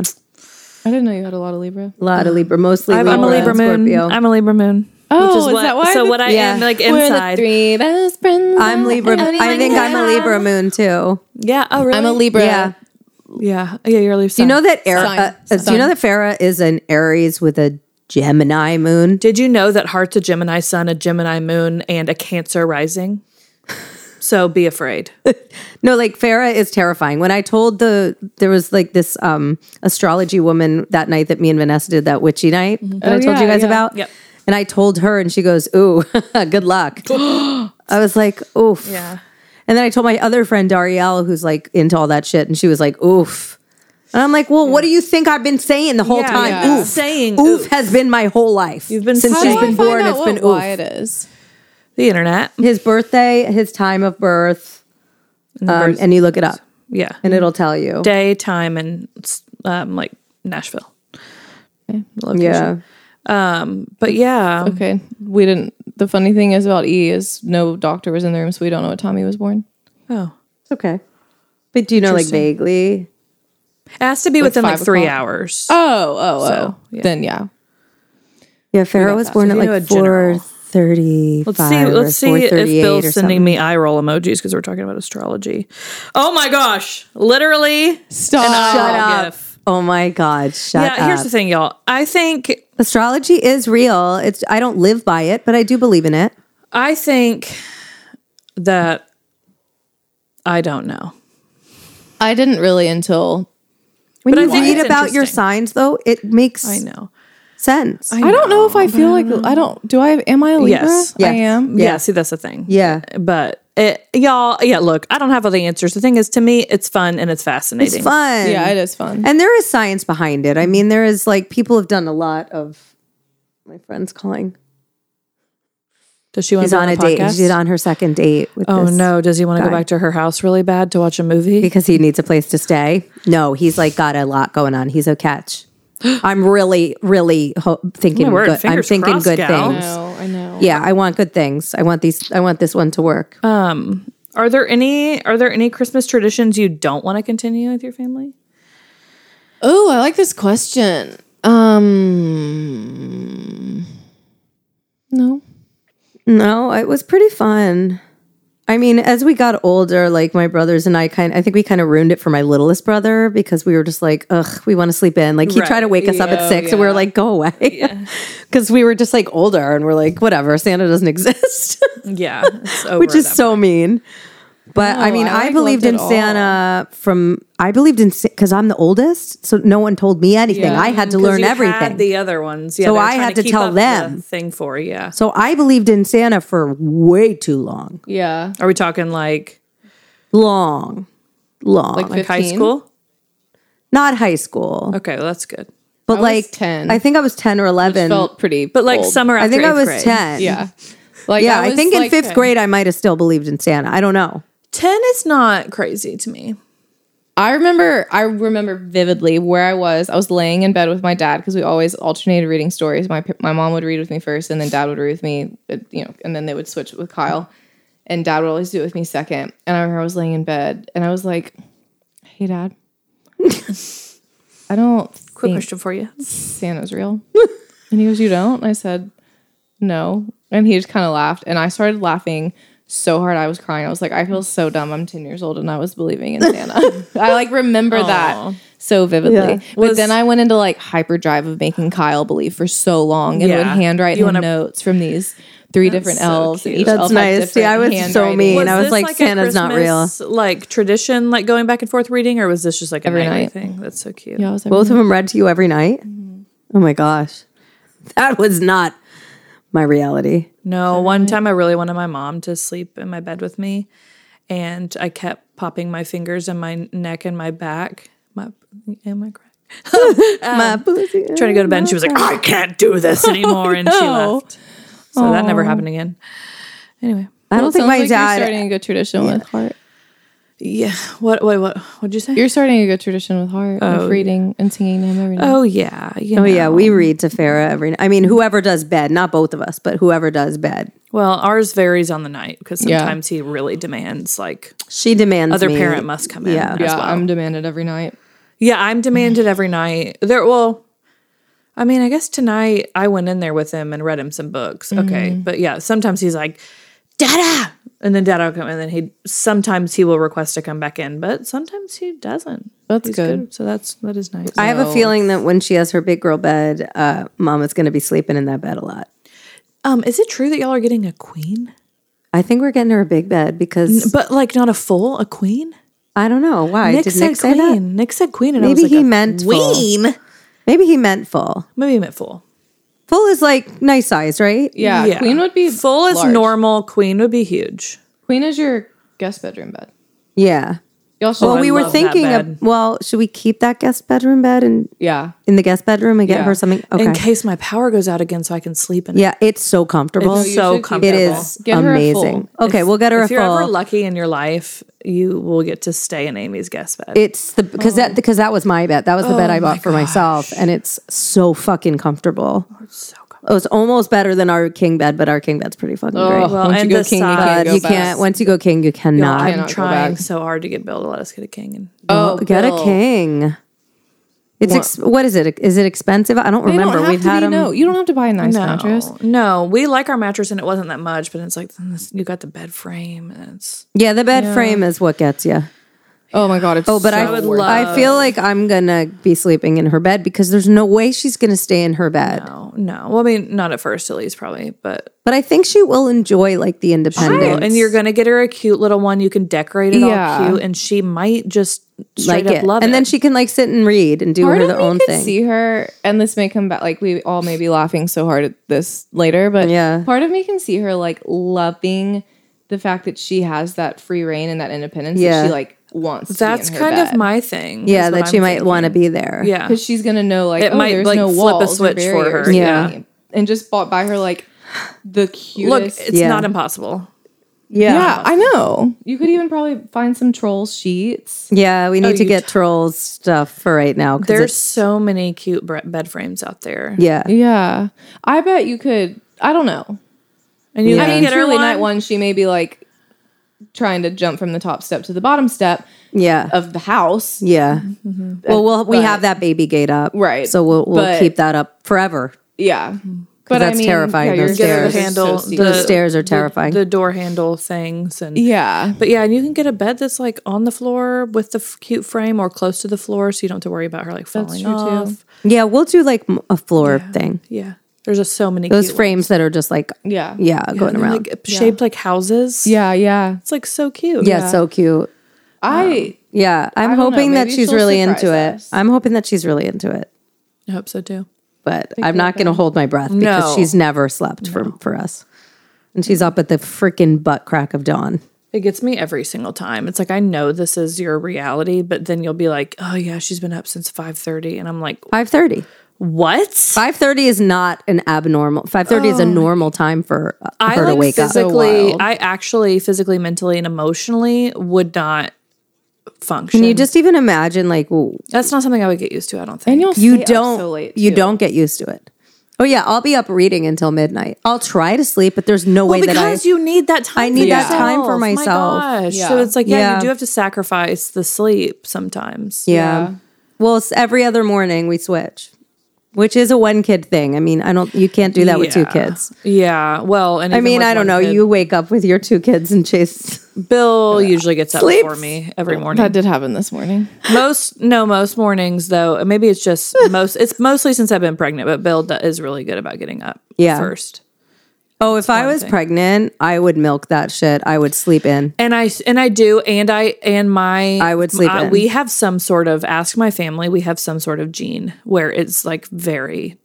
Speaker 1: I didn't know you had a lot of Libra.
Speaker 2: Mm. a lot of Libra, mostly
Speaker 3: I'm,
Speaker 2: Libra,
Speaker 3: I'm a Libra
Speaker 2: and
Speaker 3: moon.
Speaker 2: Scorpio. I'm,
Speaker 3: I'm a Libra moon.
Speaker 1: Oh,
Speaker 3: is what- so what I am, like, inside.
Speaker 1: three best friends.
Speaker 2: Libra. I think I'm a Libra moon too.
Speaker 3: Yeah. Oh, really?
Speaker 1: I'm a Libra.
Speaker 2: Yeah.
Speaker 3: Yeah. Oh, Yeah. You're a Libra.
Speaker 2: Do you know that? Era,
Speaker 1: Sign.
Speaker 2: uh, uh, do you
Speaker 1: Sign.
Speaker 2: know that Farah is an Aries with a Gemini moon?
Speaker 3: Did you know that Heart's a Gemini sun, a Gemini moon, and a Cancer rising? So be afraid.
Speaker 2: No, like Farah is terrifying. When I told the there was like this um astrology woman that night that me and Vanessa did that witchy night that I
Speaker 1: Oh,
Speaker 2: told you
Speaker 1: yeah,
Speaker 2: guys
Speaker 1: yeah.
Speaker 2: about.
Speaker 3: Yep.
Speaker 2: And I told her and she goes, Ooh, (laughs) good luck.
Speaker 1: (gasps)
Speaker 2: (gasps) I was like, oof.
Speaker 3: Yeah.
Speaker 2: And then I told my other friend Darielle, who's like into all that shit, and she was like, oof. And I'm like, well, what do you think I've been saying the whole
Speaker 3: Yeah,
Speaker 2: time?
Speaker 3: yeah.
Speaker 2: Oof.
Speaker 3: Saying
Speaker 2: oof,
Speaker 3: oof.
Speaker 2: has been my whole life. You've
Speaker 3: been
Speaker 2: since
Speaker 1: How
Speaker 2: she's
Speaker 1: do I
Speaker 2: been
Speaker 1: find
Speaker 2: born,
Speaker 1: out
Speaker 2: it's
Speaker 1: what
Speaker 2: been oof. Um,
Speaker 1: Y it is?
Speaker 3: The internet.
Speaker 2: His birthday, his time of birth, um, and you look it up
Speaker 3: Yeah.
Speaker 1: Mm-hmm.
Speaker 2: and it'll tell you.
Speaker 3: Day, time, and um, like Nashville. Location. Um,
Speaker 2: Yeah.
Speaker 3: But yeah.
Speaker 1: Okay, we didn't. The funny thing is about E is no doctor was in the room, so we don't know what time he was born.
Speaker 3: Oh.
Speaker 2: It's okay. But do you know, like
Speaker 3: Interesting.
Speaker 2: vaguely?
Speaker 3: It has to be within like
Speaker 1: five
Speaker 3: three
Speaker 1: o'clock?
Speaker 3: hours.
Speaker 1: Oh, oh,
Speaker 3: So,
Speaker 1: oh.
Speaker 3: yeah.
Speaker 1: Then yeah,
Speaker 2: Yeah, Farrah was born
Speaker 3: So
Speaker 2: at
Speaker 3: if you
Speaker 2: like
Speaker 3: know a general.
Speaker 2: four thirty.
Speaker 3: Let's see. Let's see if Bill's sending me eye roll emojis because we're talking about astrology. Oh my gosh! Literally,
Speaker 1: Stop.
Speaker 3: an eye
Speaker 2: Shut
Speaker 3: roll
Speaker 2: up!
Speaker 3: gif.
Speaker 2: Oh my God! Shut
Speaker 3: Yeah.
Speaker 2: up!
Speaker 3: Here's the thing, y'all. I think
Speaker 2: Astrology is real. It's I don't live by it, but I do believe in it.
Speaker 3: I think that I don't know.
Speaker 1: I didn't really until
Speaker 2: When
Speaker 3: But I
Speaker 2: you
Speaker 3: think
Speaker 2: read
Speaker 3: it's
Speaker 2: about your
Speaker 3: interesting.
Speaker 2: signs, though, it makes
Speaker 3: I know.
Speaker 2: sense.
Speaker 1: I don't know if I feel like I don't. Do I have? Am I a Libra?
Speaker 3: Yes.
Speaker 1: I am.
Speaker 3: Yeah. See, that's the thing.
Speaker 2: yeah,
Speaker 3: But it, y'all, yeah. Look, I don't have all the answers. The thing is, to me, it's fun and it's fascinating.
Speaker 2: it's fun.
Speaker 1: Yeah, it is fun.
Speaker 2: and there is science behind it. I mean, there is like people have done a lot of. My friend's calling.
Speaker 3: Does she want
Speaker 2: He's
Speaker 3: to
Speaker 2: on a date. She's on her second date. With
Speaker 3: Oh
Speaker 2: this
Speaker 3: no! Does he want to go back to her house really bad to watch a movie?
Speaker 2: because he needs a place to stay. No, he's like got a lot going on. He's a
Speaker 3: (gasps)
Speaker 2: catch. I'm really, really ho- thinking.
Speaker 3: My word,
Speaker 2: good. I'm
Speaker 3: fingers
Speaker 2: thinking
Speaker 3: crossed,
Speaker 2: good
Speaker 3: gal.
Speaker 1: I
Speaker 2: things.
Speaker 1: know. I know.
Speaker 2: Yeah, I want good things. I want these. I want this one to work. Um,
Speaker 3: Are there any Are there any Christmas traditions you don't want to continue with your family?
Speaker 1: Oh, I like this question. Um, no.
Speaker 2: no, it was pretty fun. I mean, as we got older, like my brothers and I kind I think we kind of ruined it for my littlest brother because we were just like, ugh, we want to sleep in. Like he tried to wake us up at six and we were like, go away. (laughs) Because we were just like older and we're like, whatever, Santa doesn't (laughs) exist.
Speaker 3: (laughs) Yeah, it's
Speaker 2: which
Speaker 3: over
Speaker 2: is
Speaker 3: them.
Speaker 2: so mean. But I mean,
Speaker 1: I,
Speaker 2: I,
Speaker 1: like,
Speaker 2: believed in
Speaker 1: loved it
Speaker 2: Santa from I believed in because I'm the oldest, so no one told me anything. I had to
Speaker 3: Mm, 'Cause
Speaker 2: learn
Speaker 3: you
Speaker 2: everything.
Speaker 3: Had the other ones, yeah,
Speaker 2: So
Speaker 3: they were
Speaker 2: I
Speaker 3: trying
Speaker 2: had to
Speaker 3: keep
Speaker 2: tell
Speaker 3: up the
Speaker 2: them.
Speaker 3: thing for you. Yeah.
Speaker 2: so I believed in Santa for way too long,
Speaker 1: Yeah.
Speaker 3: Are we talking like
Speaker 2: long, long.
Speaker 3: like high
Speaker 1: 15?
Speaker 3: school?
Speaker 2: Not high school,
Speaker 3: Okay, well, that's good.
Speaker 2: but
Speaker 1: was
Speaker 2: like
Speaker 1: 10.
Speaker 2: I think I was ten or eleven.
Speaker 1: Felt pretty.
Speaker 3: But like
Speaker 1: old.
Speaker 3: summer, after
Speaker 2: I think I
Speaker 3: eighth
Speaker 2: was
Speaker 3: grade.
Speaker 2: ten.
Speaker 1: Yeah. Like
Speaker 2: yeah. I,
Speaker 1: was,
Speaker 2: think in
Speaker 1: like-
Speaker 2: fifth grade I might have still believed in Santa. I don't know.
Speaker 3: Ten is not crazy to me.
Speaker 1: I remember I remember vividly where I was. I was laying in bed with my dad because we always alternated reading stories. My p- my mom would read with me first, and then dad would read with me. uh, You know, and then they would switch with Kyle, and dad would always do it with me second. And I remember I was laying in bed, and I was like, "Hey, dad, (laughs) I don't
Speaker 3: Quick
Speaker 1: think
Speaker 3: question for you:
Speaker 1: Santa's real." (laughs) and he goes, "You don't?" And I said, "No." And he just kind of laughed, and I started laughing. So hard, I was crying. I was like, I feel so dumb. I'm 10 years old and I was believing in Santa. (laughs) I like remember that so vividly.
Speaker 2: Yeah.
Speaker 1: But then I went into like hyperdrive of making Kyle believe for so long and
Speaker 3: Yeah.
Speaker 1: would handwrite
Speaker 3: You
Speaker 1: him
Speaker 3: wanna-
Speaker 1: notes from these three different
Speaker 3: so
Speaker 1: elves. and
Speaker 3: cute.
Speaker 1: Each
Speaker 2: That's
Speaker 1: elf had
Speaker 2: nice.
Speaker 1: different
Speaker 2: Yeah, I was so
Speaker 1: handwriting.
Speaker 2: mean. I was
Speaker 3: this
Speaker 2: like,
Speaker 3: a
Speaker 2: Santa's not real.
Speaker 3: Christmas, Like tradition, like going back and forth reading, or was this just like a
Speaker 1: Every
Speaker 3: nightly
Speaker 1: night.
Speaker 3: thing? That's so cute.
Speaker 1: Yeah, I was like,
Speaker 2: Both of them read to you every night? Oh my gosh. That was not my reality.
Speaker 3: No, one time I really wanted my mom to sleep in my bed with me, and I kept popping my fingers in my neck and my back, my and my crack,
Speaker 2: my pussy.
Speaker 3: trying to go to bed. And she was like, "I can't do
Speaker 2: (laughs)
Speaker 3: this anymore," and she left. So that never happened again. Anyway,
Speaker 2: I don't think my
Speaker 1: like
Speaker 2: dad.
Speaker 1: You're starting a good tradition with heart.
Speaker 3: yeah. What? Wait, what? What'd you say?
Speaker 1: You're starting a good tradition with heart of reading and singing to him every night.
Speaker 3: oh yeah. You
Speaker 2: oh yeah, we read to Farah every. night. I mean, whoever does bed, not both of us, but whoever does bed,
Speaker 3: Well, ours varies on the night because
Speaker 1: Yeah.
Speaker 3: sometimes he really demands like
Speaker 2: she demands.
Speaker 3: other
Speaker 2: me-
Speaker 3: parent must come in.
Speaker 2: Yeah.
Speaker 3: as
Speaker 1: yeah,
Speaker 3: well.
Speaker 1: I'm demanded every night.
Speaker 3: Yeah, I'm demanded every night. There, well, I mean, I guess tonight I went in there with him and read him some books. Okay, but yeah, sometimes he's like, "Dada," and then Dada will come, and then he sometimes he will request to come back in, but sometimes he doesn't.
Speaker 1: That's
Speaker 3: He's
Speaker 1: good.
Speaker 3: So that's that is nice.
Speaker 2: I have a feeling that when she has her big girl bed, uh, Mama's going to be sleeping in that bed a lot.
Speaker 3: um, is it true that y'all are getting a queen,
Speaker 2: I think we're getting her a big bed because
Speaker 3: but like not a full a queen?
Speaker 2: I don't know why
Speaker 3: Nick
Speaker 2: did
Speaker 3: said
Speaker 2: Nick say
Speaker 3: queen.
Speaker 2: that?
Speaker 3: Nick said queen, and I was
Speaker 2: Maybe
Speaker 3: like,
Speaker 2: he
Speaker 3: a
Speaker 2: meant
Speaker 3: queen.
Speaker 2: full. Maybe he meant full.
Speaker 3: Maybe he meant full.
Speaker 2: Full is like nice size, right?
Speaker 1: Yeah, queen would be
Speaker 3: full is
Speaker 1: large.
Speaker 3: normal. Queen would be huge.
Speaker 1: Queen is your guest bedroom bed.
Speaker 2: Yeah.
Speaker 1: Y'all should.
Speaker 2: Well,
Speaker 3: Oh, I
Speaker 2: we were
Speaker 3: love that
Speaker 2: thinking
Speaker 3: bed.
Speaker 2: of well, should we keep that guest bedroom bed and
Speaker 1: yeah,
Speaker 2: in the guest bedroom and get
Speaker 1: Yeah.
Speaker 2: her something? Okay.
Speaker 3: In case my power goes out again, so I can sleep in it.
Speaker 2: yeah, it's so comfortable.
Speaker 3: It's so
Speaker 2: it
Speaker 3: comfortable.
Speaker 2: is
Speaker 1: Get her a
Speaker 2: amazing. Okay, we'll get her a
Speaker 3: if you're ever
Speaker 2: full.
Speaker 3: lucky in your life, you will get to stay in Amy's guest bed.
Speaker 2: it's the because that because that was my bed. That was the bed I bought for myself, and it's so fucking comfortable.
Speaker 3: so comfortable.
Speaker 2: Oh, it's almost better than our king bed, but our king bed's pretty fucking great.
Speaker 1: Well, once
Speaker 3: and
Speaker 1: you go
Speaker 3: the
Speaker 1: king, you
Speaker 3: size-
Speaker 1: can't
Speaker 2: But
Speaker 1: Oh, go
Speaker 2: you
Speaker 1: back.
Speaker 2: can't once you go king, you cannot.
Speaker 3: I'm
Speaker 1: cannot go
Speaker 3: trying
Speaker 1: back.
Speaker 3: so hard to get Bill to let us get a king. And
Speaker 1: Oh,
Speaker 2: get a
Speaker 1: Bill.
Speaker 2: king. It's ex- what is it? Is it expensive? I don't
Speaker 1: They
Speaker 2: remember.
Speaker 1: don't have
Speaker 2: We've
Speaker 1: to
Speaker 2: had
Speaker 1: be,
Speaker 2: them.
Speaker 1: No, you don't have to buy a nice mattress.
Speaker 3: no, we like our mattress, and it wasn't that much. But it's like this- you got the bed frame. And it's
Speaker 2: Yeah, the bed frame is what gets you.
Speaker 1: Oh my god! It's oh,
Speaker 2: But I,
Speaker 3: would
Speaker 2: I, feel like I'm gonna be sleeping in her bed because there's no way she's gonna stay in her bed.
Speaker 3: no, oh, no. Well, I mean, not at first, at least, probably. But
Speaker 2: But I think she will enjoy like the independence.
Speaker 3: and you're gonna get her a cute little one. You can decorate it all
Speaker 1: Yeah.
Speaker 3: cute, and she might just straight
Speaker 2: like
Speaker 3: up
Speaker 2: it,
Speaker 3: love
Speaker 2: and
Speaker 3: it.
Speaker 2: then she can like sit and read and do her
Speaker 1: Part of
Speaker 2: the
Speaker 1: me
Speaker 2: own
Speaker 1: could
Speaker 2: thing.
Speaker 1: see her, and this may come back. Like we all may be laughing so hard at this later, but
Speaker 2: Yeah.
Speaker 1: part of me can see her like loving the fact that she has that free reign and that independence
Speaker 2: Yeah.
Speaker 1: that she like wants. to be
Speaker 3: that's
Speaker 1: in her
Speaker 3: kind
Speaker 1: bed.
Speaker 3: of my thing.
Speaker 2: yeah, that she might want to be there.
Speaker 3: Yeah,
Speaker 1: because she's gonna know like
Speaker 3: It
Speaker 1: oh,
Speaker 3: might,
Speaker 1: there's
Speaker 3: like,
Speaker 1: no
Speaker 3: flip a
Speaker 1: walls or
Speaker 3: switch for her,
Speaker 1: barriers, you know
Speaker 2: yeah.
Speaker 1: what I mean? and just bought by her like the
Speaker 3: Look,
Speaker 1: cutest.
Speaker 3: it's
Speaker 2: Yeah.
Speaker 3: not impossible.
Speaker 2: yeah,
Speaker 1: yeah, I know. You could even probably find some troll sheets.
Speaker 2: Yeah,
Speaker 1: Oh,
Speaker 2: We need to
Speaker 3: you
Speaker 2: get trolls stuff for right now. 'cause
Speaker 3: There's
Speaker 2: it's-
Speaker 3: so many cute bre- bed frames out there.
Speaker 2: yeah,
Speaker 1: Yeah, I bet you could. I don't know.
Speaker 3: And you
Speaker 1: I
Speaker 3: can
Speaker 1: mean,
Speaker 3: get her
Speaker 1: truly,
Speaker 3: one.
Speaker 1: night one, she may be like trying to jump from the top step to the bottom step
Speaker 2: yeah,
Speaker 1: of the house.
Speaker 2: yeah. Well, we'll we
Speaker 1: Oh. Mm-hmm. But-
Speaker 2: have that baby gate up,
Speaker 1: Right.
Speaker 2: So we'll we'll
Speaker 1: But-
Speaker 2: keep that up forever.
Speaker 1: Yeah, but
Speaker 2: that's terrifying,
Speaker 1: your
Speaker 2: those
Speaker 1: gift
Speaker 2: stairs.
Speaker 1: is so
Speaker 3: Handle
Speaker 1: steep.
Speaker 3: the-
Speaker 2: Those stairs are terrifying.
Speaker 3: The, door handle things and
Speaker 1: yeah,
Speaker 3: but yeah, and you can get a bed that's like on the floor with the f- cute frame or close to the floor, so you don't have to worry about her like falling
Speaker 1: true, too.
Speaker 3: off.
Speaker 2: yeah, we'll do like m- a floor thing.
Speaker 3: Yeah, there's just so many
Speaker 2: Those
Speaker 3: cute
Speaker 2: frames that are just like
Speaker 1: yeah,
Speaker 2: yeah,
Speaker 3: ones.
Speaker 2: going
Speaker 3: And they're,
Speaker 2: around.
Speaker 3: like shaped like houses.
Speaker 1: yeah, yeah.
Speaker 3: it's like so cute.
Speaker 2: yeah, so cute.
Speaker 1: I
Speaker 2: Yeah, I'm
Speaker 1: don't know.
Speaker 2: hoping that
Speaker 1: Maybe
Speaker 2: she's
Speaker 1: she'll
Speaker 2: really
Speaker 1: surprise
Speaker 2: into
Speaker 1: us.
Speaker 2: it. I'm hoping that she's really into it.
Speaker 3: I hope so too.
Speaker 2: But I'm not going to hold my breath because
Speaker 3: No.
Speaker 2: she's never slept for for us, and she's up at the freaking butt crack of dawn.
Speaker 3: It gets me every single time. It's like I know this is your reality, but then you'll be like, "Oh yeah, she's been up since 5:30." and I'm like,
Speaker 2: Five thirty.
Speaker 3: "What?"
Speaker 2: Five thirty is not an abnormal. Five thirty is a normal time for uh,
Speaker 3: I
Speaker 2: her to
Speaker 3: like
Speaker 2: wake up.
Speaker 1: So
Speaker 3: physically,
Speaker 1: wild.
Speaker 3: I actually physically, mentally, and emotionally would not function.
Speaker 2: Can you just even imagine? Like w-
Speaker 3: That's not something I would get used to. I don't think.
Speaker 1: and you'll
Speaker 2: you
Speaker 1: stay up
Speaker 2: don't.
Speaker 1: so late
Speaker 2: you
Speaker 1: too.
Speaker 2: don't get used to it. Oh yeah, I'll be up reading until midnight. I'll try to sleep, but there's no way that I.
Speaker 3: because you need that time.
Speaker 2: I need
Speaker 3: for
Speaker 2: that time for
Speaker 3: yourself. Oh My
Speaker 2: myself.
Speaker 3: gosh.
Speaker 1: Yeah.
Speaker 3: So it's like, yeah,
Speaker 2: Yeah.
Speaker 3: you do have to sacrifice the sleep sometimes.
Speaker 2: yeah.
Speaker 1: Yeah.
Speaker 2: Well, it's every other morning we switch, which is a one kid thing. I mean, I don't. You can't do that with two
Speaker 3: Yeah.
Speaker 2: kids.
Speaker 3: Yeah. Well, and
Speaker 2: I mean, I don't know. You wake up with your two kids and chase.
Speaker 3: Bill usually gets up
Speaker 2: Sleeps.
Speaker 3: for me every morning.
Speaker 2: (laughs)
Speaker 1: That did happen this morning.
Speaker 3: most no, most mornings though. Maybe it's just most. It's mostly since I've been pregnant, but Bill do- is really good about getting up
Speaker 2: Yeah.
Speaker 3: first.
Speaker 2: (laughs) Oh, if I was pregnant, I would milk that shit. I would sleep in.
Speaker 3: And I and I do, and I and my
Speaker 2: I would sleep in.
Speaker 3: We have some sort of ask my family. We have some sort of gene where it's like very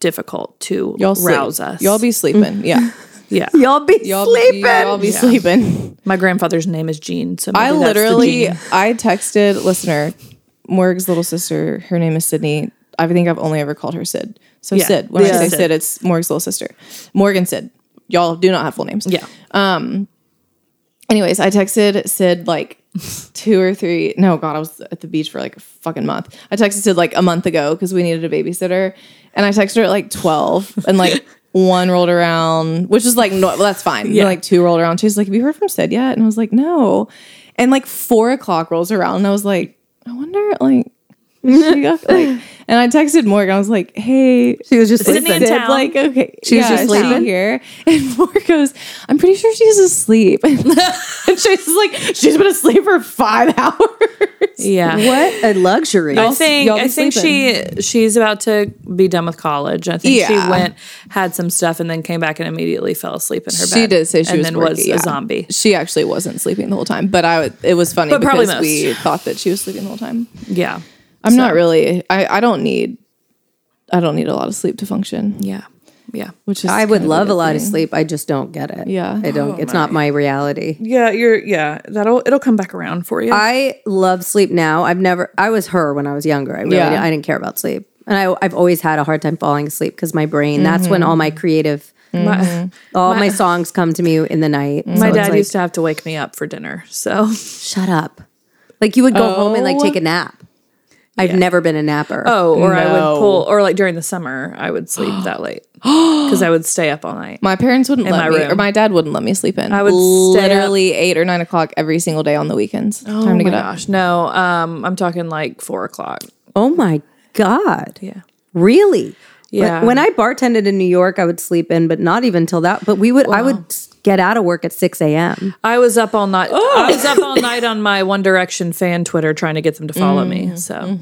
Speaker 3: difficult to
Speaker 1: Y'all sleep.
Speaker 3: rouse us.
Speaker 1: Y'all be sleeping.
Speaker 3: (laughs)
Speaker 1: Yeah.
Speaker 3: yeah.
Speaker 2: Y'all be
Speaker 1: Y'all
Speaker 2: sleeping.
Speaker 1: Be, y'all be sleeping.
Speaker 3: My grandfather's name is Gene, so maybe
Speaker 1: I
Speaker 3: that's the
Speaker 1: literally,
Speaker 3: gene.
Speaker 1: I texted listener Morg's little sister. Her name is Sydney. I think I've only ever called her Sid. So
Speaker 3: Yeah.
Speaker 1: Sid. When
Speaker 3: Yeah.
Speaker 1: I say
Speaker 3: Sid.
Speaker 1: Sid, it's Morg's little sister, Morgan Sid. Y'all do not have full names.
Speaker 3: yeah.
Speaker 1: Anyways, I texted Sid like two or three. No, God, I was at the beach for like a fucking month. I texted Sid like a month ago because we needed a babysitter, and I texted her at like twelve, and like one rolled around, which is like no, well, that's fine.
Speaker 3: Yeah.
Speaker 1: Like two rolled around. She's like, "Have you heard from Sid yet?" And I was like, "No," and like four o'clock rolls around, and I was like, "I wonder, like." is she up?" Like, and I texted Morgan. I was like, "Hey,
Speaker 2: She was just
Speaker 3: Sydney and
Speaker 2: sleeping.
Speaker 3: Ted.
Speaker 1: did,
Speaker 3: town.
Speaker 1: like okay
Speaker 2: She was
Speaker 1: yeah,
Speaker 2: just
Speaker 1: is
Speaker 2: sleeping?
Speaker 1: she here (laughs) and Moore goes I'm pretty sure she's asleep (laughs) and she's like she's been asleep for five (laughs) hours
Speaker 3: Yeah.
Speaker 2: What a luxury.
Speaker 3: I think
Speaker 1: y'all be
Speaker 3: I think she she's about to be done with college. I think she
Speaker 1: Yeah.
Speaker 3: went had some stuff and then came back and immediately fell asleep in her bed.
Speaker 1: she did say she
Speaker 3: and
Speaker 1: was,
Speaker 3: then
Speaker 1: quirky,
Speaker 3: was
Speaker 1: yeah.
Speaker 3: a zombie.
Speaker 1: she actually wasn't sleeping the whole time but I would- it was funny
Speaker 3: But probably
Speaker 1: because
Speaker 3: most.
Speaker 1: we thought that she was sleeping the whole time
Speaker 3: Yeah,
Speaker 1: I'm not really I, I don't need I don't need a lot of sleep to function
Speaker 3: yeah, yeah,
Speaker 1: which is
Speaker 2: I would
Speaker 1: kind of
Speaker 2: love a
Speaker 1: good
Speaker 2: lot of
Speaker 1: thing.
Speaker 2: sleep. I just don't get it.
Speaker 1: Yeah.
Speaker 2: I don't. it's not my reality.
Speaker 3: yeah. You're yeah. That'll it'll come back around for you.
Speaker 2: I love sleep now. I've never. I was her when I was younger. I really.
Speaker 1: Yeah.
Speaker 2: Didn't, I didn't care about sleep, and I, I've always had a hard time falling asleep because my brain. That's when all my creative,
Speaker 3: my
Speaker 2: all
Speaker 3: My-
Speaker 2: my songs come to me in the night. So
Speaker 3: my
Speaker 2: it's
Speaker 3: dad
Speaker 2: like,
Speaker 3: used to have to wake me up for dinner. So
Speaker 2: shut up. Like you would go home and like
Speaker 1: Oh.
Speaker 2: take a nap. I've never been a napper.
Speaker 3: (laughs) oh, or I would
Speaker 1: No.
Speaker 3: pull or like during the summer I would sleep that late because I would stay up all night.
Speaker 1: my parents wouldn't let
Speaker 3: my
Speaker 1: me,
Speaker 3: room.
Speaker 1: or my dad wouldn't let me sleep in. I
Speaker 3: would stay up- Oh
Speaker 1: literally eight or nine o'clock every single day on the weekends. Time to
Speaker 3: my
Speaker 1: get up.
Speaker 3: gosh, no. Um, I'm talking like four o'clock.
Speaker 2: Oh my god.
Speaker 3: Yeah.
Speaker 2: Really?
Speaker 3: Yeah.
Speaker 2: When, when I bartended in New York, I would sleep in, but not even till that. But we would. I would s- get out of work at six a.m.
Speaker 3: I was up all night. I was up all night on my One Direction fan Twitter trying to get them to follow me. So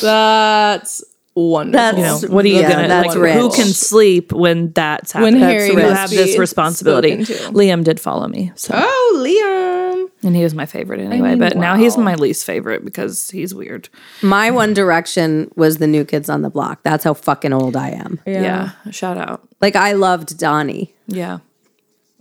Speaker 1: That's wonderful.
Speaker 2: That's-
Speaker 3: you know, what are you
Speaker 2: Yeah,
Speaker 3: gonna?
Speaker 2: that's
Speaker 3: like,
Speaker 2: rich.
Speaker 3: Who can sleep when that's happening?
Speaker 1: When Harry
Speaker 3: you
Speaker 1: must
Speaker 3: have this
Speaker 1: be
Speaker 3: responsibility.
Speaker 1: spoken to.
Speaker 3: Liam did follow me, so
Speaker 1: oh, Liam.
Speaker 3: and he was my favorite anyway.
Speaker 1: mean,
Speaker 3: but now he's
Speaker 1: wow.
Speaker 3: my least favorite because he's weird.
Speaker 2: My One Direction was the New Kids on the Block. That's how fucking old I am.
Speaker 3: Yeah, shout out.
Speaker 2: Like I loved Donnie
Speaker 3: Yeah,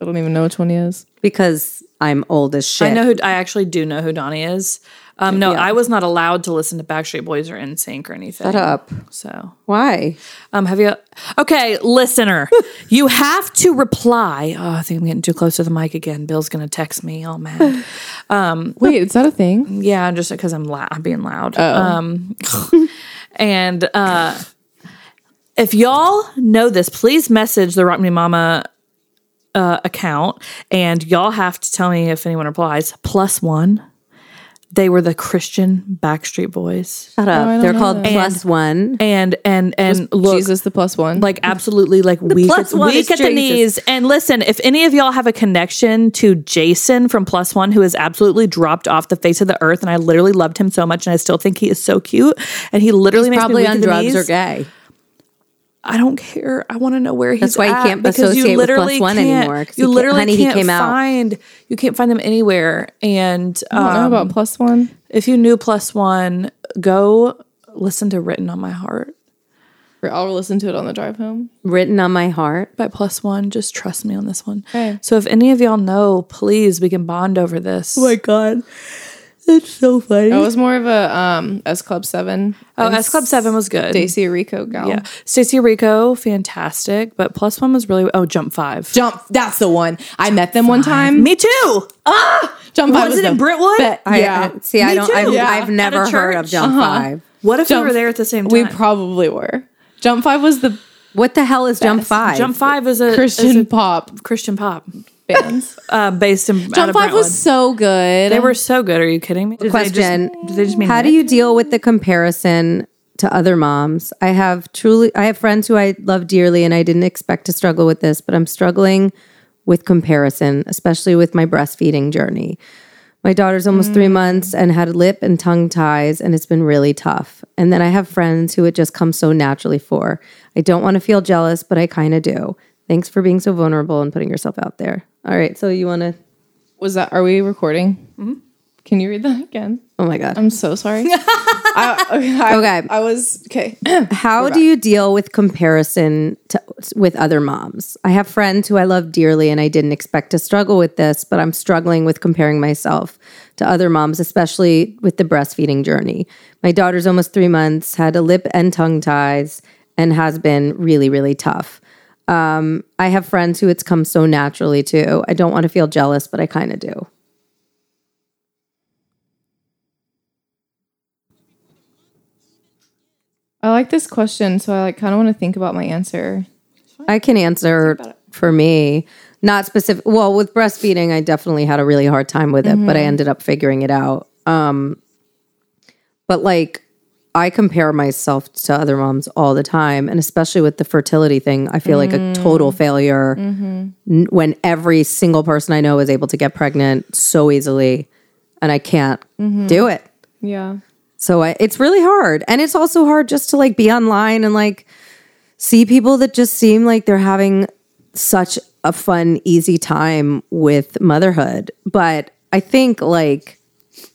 Speaker 1: I don't even know which one he is.
Speaker 2: because I'm old as shit.
Speaker 3: I know who. I actually do know who Donnie is. Um, no, I was not allowed to listen to Backstreet Boys or NSYNC or anything.
Speaker 2: Shut up.
Speaker 3: So
Speaker 2: Why?
Speaker 3: Um, have you? Okay,
Speaker 2: (laughs)
Speaker 3: listener, you have to reply. Oh, I think I'm getting too close to the mic again. Bill's gonna text me. Oh, all mad.
Speaker 1: Wait, is that a thing?
Speaker 3: yeah, I'm just because I'm loud. I'm being loud. Um, (laughs) and uh, if y'all know this, please message the Rock Me Mama uh, account, and y'all have to tell me if anyone replies. Plus one. They were the Christian Backstreet Boys,
Speaker 2: Shut up. They're called Plus One.
Speaker 3: and and and look,
Speaker 1: Jesus, the plus one.
Speaker 3: like absolutely like weak,
Speaker 2: plus one
Speaker 3: weak
Speaker 2: is
Speaker 3: at the
Speaker 2: Jesus.
Speaker 3: knees. And listen, if any of y'all have a connection to Jason from Plus One, who is absolutely dropped off the face of the earth, and I literally loved him so much, and I still think he is so cute, and he literally makes me
Speaker 2: Probably
Speaker 3: weak
Speaker 2: on
Speaker 3: at the
Speaker 2: drugs or
Speaker 3: knees.
Speaker 2: gay.
Speaker 3: I don't care. I want to know where he's.
Speaker 2: That's why you
Speaker 3: at
Speaker 2: can't
Speaker 3: because
Speaker 2: associate
Speaker 3: you
Speaker 2: with Plus
Speaker 3: literally
Speaker 2: One
Speaker 3: can't-
Speaker 2: anymore, 'cause
Speaker 3: You
Speaker 2: he can't-
Speaker 3: literally
Speaker 2: honey, he
Speaker 3: can't
Speaker 2: came out. Hmm.
Speaker 3: find. You can't find them anywhere, and
Speaker 1: I don't know
Speaker 3: um,
Speaker 1: about plus one.
Speaker 3: if you knew Plus One, go listen to "Written on My Heart."
Speaker 1: Or I'll listen to it on the drive home.
Speaker 2: Written on my heart.
Speaker 3: by plus one. Just trust me on this one.
Speaker 1: Okay.
Speaker 3: So if any of y'all know, please, we can bond over this. Like,
Speaker 2: God. It's so funny.
Speaker 1: That was more of a um S Club Seven.
Speaker 3: oh, S Club Seven was good.
Speaker 1: Daisy Rico gal.
Speaker 3: Yeah, Stacy Rico, fantastic. But plus one was really oh, jump five.
Speaker 1: Jump. That's the one. I met them one time.
Speaker 3: Me too.
Speaker 1: Jump Five
Speaker 3: Was it in
Speaker 1: the
Speaker 3: Brentwood?
Speaker 1: bet-
Speaker 2: I,
Speaker 1: yeah.
Speaker 2: I- see, I
Speaker 3: Me
Speaker 2: don't.
Speaker 3: too.
Speaker 2: I've,
Speaker 3: Yeah.
Speaker 2: I've
Speaker 3: At a
Speaker 2: never heard of
Speaker 3: church.
Speaker 2: Jump Five.
Speaker 3: What if
Speaker 1: Jump-
Speaker 3: we were there at the same
Speaker 1: we
Speaker 3: time?
Speaker 1: probably were. Jump Five was the
Speaker 2: What the hell is Jump Five?
Speaker 3: jump five is a is
Speaker 1: Christian
Speaker 3: a
Speaker 1: pop
Speaker 3: Christian pop (laughs)
Speaker 1: bands.
Speaker 3: uh, based in out
Speaker 1: Jump
Speaker 3: of
Speaker 1: Five
Speaker 3: Brentwood.
Speaker 1: was so good.
Speaker 3: they were so good. Are you kidding me? Did they just-
Speaker 2: Question.
Speaker 3: Did they just mean
Speaker 2: How do you deal with the comparison to other moms? I have truly I have friends who I love dearly and I didn't expect to struggle with this, but I'm struggling with comparison, especially with my breastfeeding journey. My daughter's almost three months and had lip and tongue ties, and it's been really tough. And then I have friends who it just comes so naturally for. I don't want to feel jealous, but I kind of do. Thanks for being so vulnerable and putting yourself out there. All right, so you want to?
Speaker 1: Was that? Are we recording?
Speaker 2: Mm-hmm.
Speaker 1: Can you read that again?
Speaker 2: Oh my God.
Speaker 1: I'm so
Speaker 2: (laughs)
Speaker 1: sorry. I, okay, I,
Speaker 2: Okay.
Speaker 1: I was okay.
Speaker 2: How do you deal with comparison to, with other moms? I have friends who I love dearly, and I didn't expect to struggle with this, but I'm struggling with comparing myself to other moms, especially with the breastfeeding journey. My daughter's almost three months, had a lip and tongue ties, and has been really, really tough. Um, I have friends who it's come so naturally to. I don't want to feel jealous, but I kind of do.
Speaker 1: I like this question, so I like kind of want to think about my answer.
Speaker 2: I can answer for me. Not specific. Well, with breastfeeding, I definitely had a really hard time with it, but I ended up figuring it out. Um, but like, I compare myself to other moms all the time, and especially with the fertility thing, I feel like a total failure n- when every single person I know is able to get pregnant so easily, and I can't do it.
Speaker 1: Yeah.
Speaker 2: So I, it's really hard. And it's also hard just to like be online and like see people that just seem like they're having such a fun, easy time with motherhood. But I think like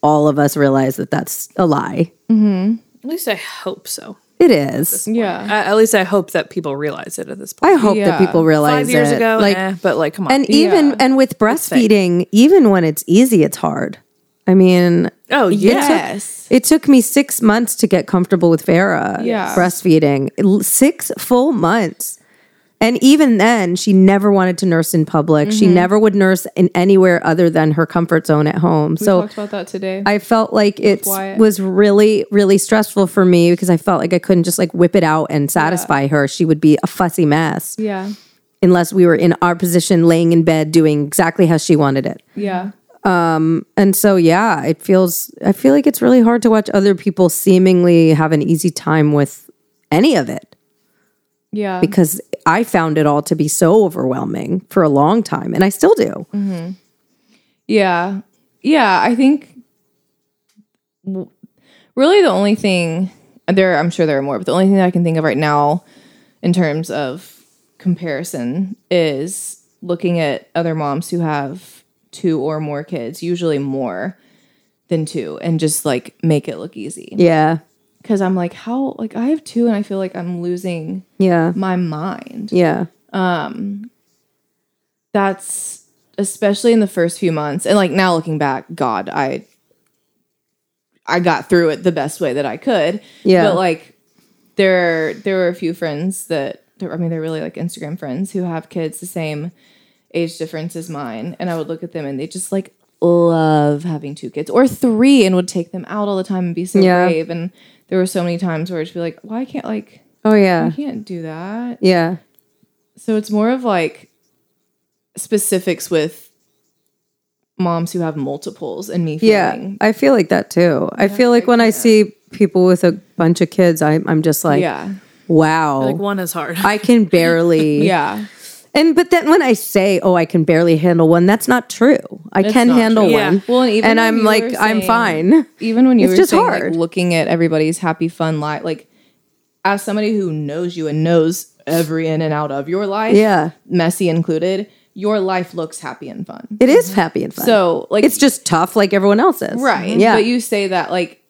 Speaker 2: all of us realize that that's a lie.
Speaker 3: At least I hope so.
Speaker 2: It is.
Speaker 1: Yeah.
Speaker 3: At, at least I hope that people realize it at this point.
Speaker 2: I hope that
Speaker 1: Yeah.
Speaker 2: people realize
Speaker 3: Five years
Speaker 2: it.
Speaker 3: ago,
Speaker 2: like,
Speaker 3: eh, but like, come on.
Speaker 2: and even
Speaker 1: Yeah.
Speaker 2: and with breastfeeding, even when it's easy, it's hard. I mean,
Speaker 3: oh yeah,
Speaker 1: Yes.
Speaker 2: It took me six months to get comfortable with Farah
Speaker 1: Yeah.
Speaker 2: breastfeeding. L- Six full months. And even then, she never wanted to nurse in public.
Speaker 1: Mm-hmm.
Speaker 2: She never would nurse in anywhere other than her comfort zone at home. so
Speaker 1: Talked about that today.
Speaker 2: I felt like it
Speaker 1: Wyatt.
Speaker 2: was really, really stressful for me because I felt like I couldn't just like whip it out and satisfy her. She would be a fussy mess
Speaker 1: yeah.
Speaker 2: unless we were in our position, laying in bed, doing exactly how she wanted it.
Speaker 1: Yeah.
Speaker 2: And so, yeah, it feels, I feel like it's really hard to watch other people seemingly have an easy time with any of it
Speaker 1: Yeah.
Speaker 2: because I found it all to be so overwhelming for a long time. And I still do.
Speaker 1: Mm-hmm. Yeah. Yeah. I think w- really the only thing there, I'm sure there are more, but the only thing that I can think of right now in terms of comparison is looking at other moms who have two or more kids, usually more than two, and just like make it look easy.
Speaker 2: Yeah.
Speaker 1: Cause I'm like, how, like, I have two and I feel like I'm losing
Speaker 2: Yeah.
Speaker 1: my mind.
Speaker 2: Yeah.
Speaker 1: that's especially in the first few months and like now looking back god i i got through it the best way that i could
Speaker 2: Yeah.
Speaker 1: but like there there were a few friends that that- i mean they're really like instagram friends who have kids the same age difference as mine and i would look at them and they just like love having two kids or three and would take them out all the time and be so
Speaker 2: Yeah.
Speaker 1: brave and there were so many times where i'd just be like why can't like
Speaker 2: Oh,
Speaker 1: i
Speaker 2: yeah.
Speaker 1: can't do that
Speaker 2: Yeah.
Speaker 1: so it's more of like specifics with moms who have multiples and me
Speaker 2: Yeah.
Speaker 1: feeling.
Speaker 2: I feel like that too. I feel like when I see people with a bunch of kids, I, I'm just like,
Speaker 1: Yeah.
Speaker 2: wow.
Speaker 3: like one is hard.
Speaker 2: I can
Speaker 1: (laughs)
Speaker 2: barely.
Speaker 1: Yeah.
Speaker 2: And but then when I say, "Oh, I can barely handle one," that's not true. I can
Speaker 1: not
Speaker 2: handle
Speaker 1: true.
Speaker 2: one.
Speaker 3: Yeah.
Speaker 1: Well, and even when
Speaker 2: I'm
Speaker 1: you
Speaker 2: like,
Speaker 1: were
Speaker 2: I'm
Speaker 1: saying-
Speaker 2: fine. (laughs)
Speaker 1: Even when you
Speaker 2: It's
Speaker 1: were
Speaker 2: just
Speaker 1: saying,
Speaker 2: hard.
Speaker 1: like looking at everybody's happy fun life, like as somebody who knows you and knows every in and out of your life,
Speaker 2: Yeah.
Speaker 1: messy included, your life looks happy and fun.
Speaker 2: It is happy and fun.
Speaker 1: So like
Speaker 2: it's just tough, like everyone else's,
Speaker 1: right.
Speaker 2: Yeah,
Speaker 1: But you say that like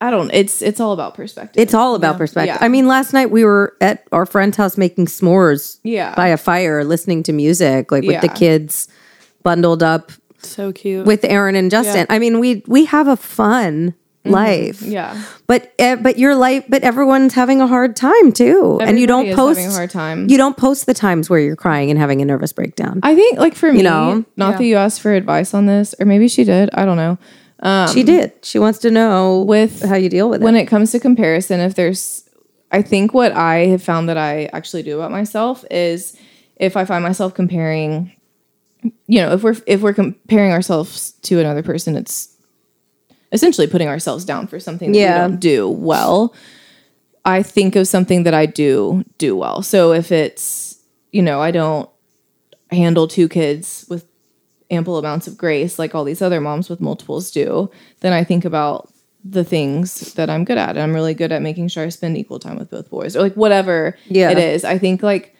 Speaker 1: I don't it's it's all about perspective.
Speaker 2: it's all about perspective.
Speaker 1: Yeah.
Speaker 2: I mean, last night we were at our friend's house making s'mores,
Speaker 1: Yeah.
Speaker 2: by a fire, listening to music, like with the
Speaker 1: Yeah.
Speaker 2: kids bundled up
Speaker 3: so cute.
Speaker 2: with Aaron and Justin. I mean, we we have a fun
Speaker 1: Mm-hmm.
Speaker 2: life.
Speaker 1: yeah.
Speaker 2: But eh, but your life, but everyone's having a hard time too, and you
Speaker 1: Everybody
Speaker 2: don't
Speaker 1: is
Speaker 2: post
Speaker 1: having a hard time.
Speaker 2: You don't post the times where you're crying and having a nervous breakdown.
Speaker 1: I think like for me,
Speaker 2: know?
Speaker 1: not that you asked for advice on this, or maybe she did. I don't know.
Speaker 2: she did. She wants to know
Speaker 1: With
Speaker 2: how you deal with
Speaker 1: Um, when
Speaker 2: it.
Speaker 1: it comes to comparison, if there's, I think what I have found that I actually do about myself is if I find myself comparing, you know, if we're if we're comparing ourselves to another person, it's essentially putting ourselves down for something that
Speaker 2: Yeah.
Speaker 1: we don't do well. I think of something that I do do well. So if it's, you know, I don't handle two kids with ample amounts of grace like all these other moms with multiples do, then I think about the things that I'm good at. And I'm really good at making sure I spend equal time with both boys or like whatever
Speaker 2: Yeah.
Speaker 1: it is. I think like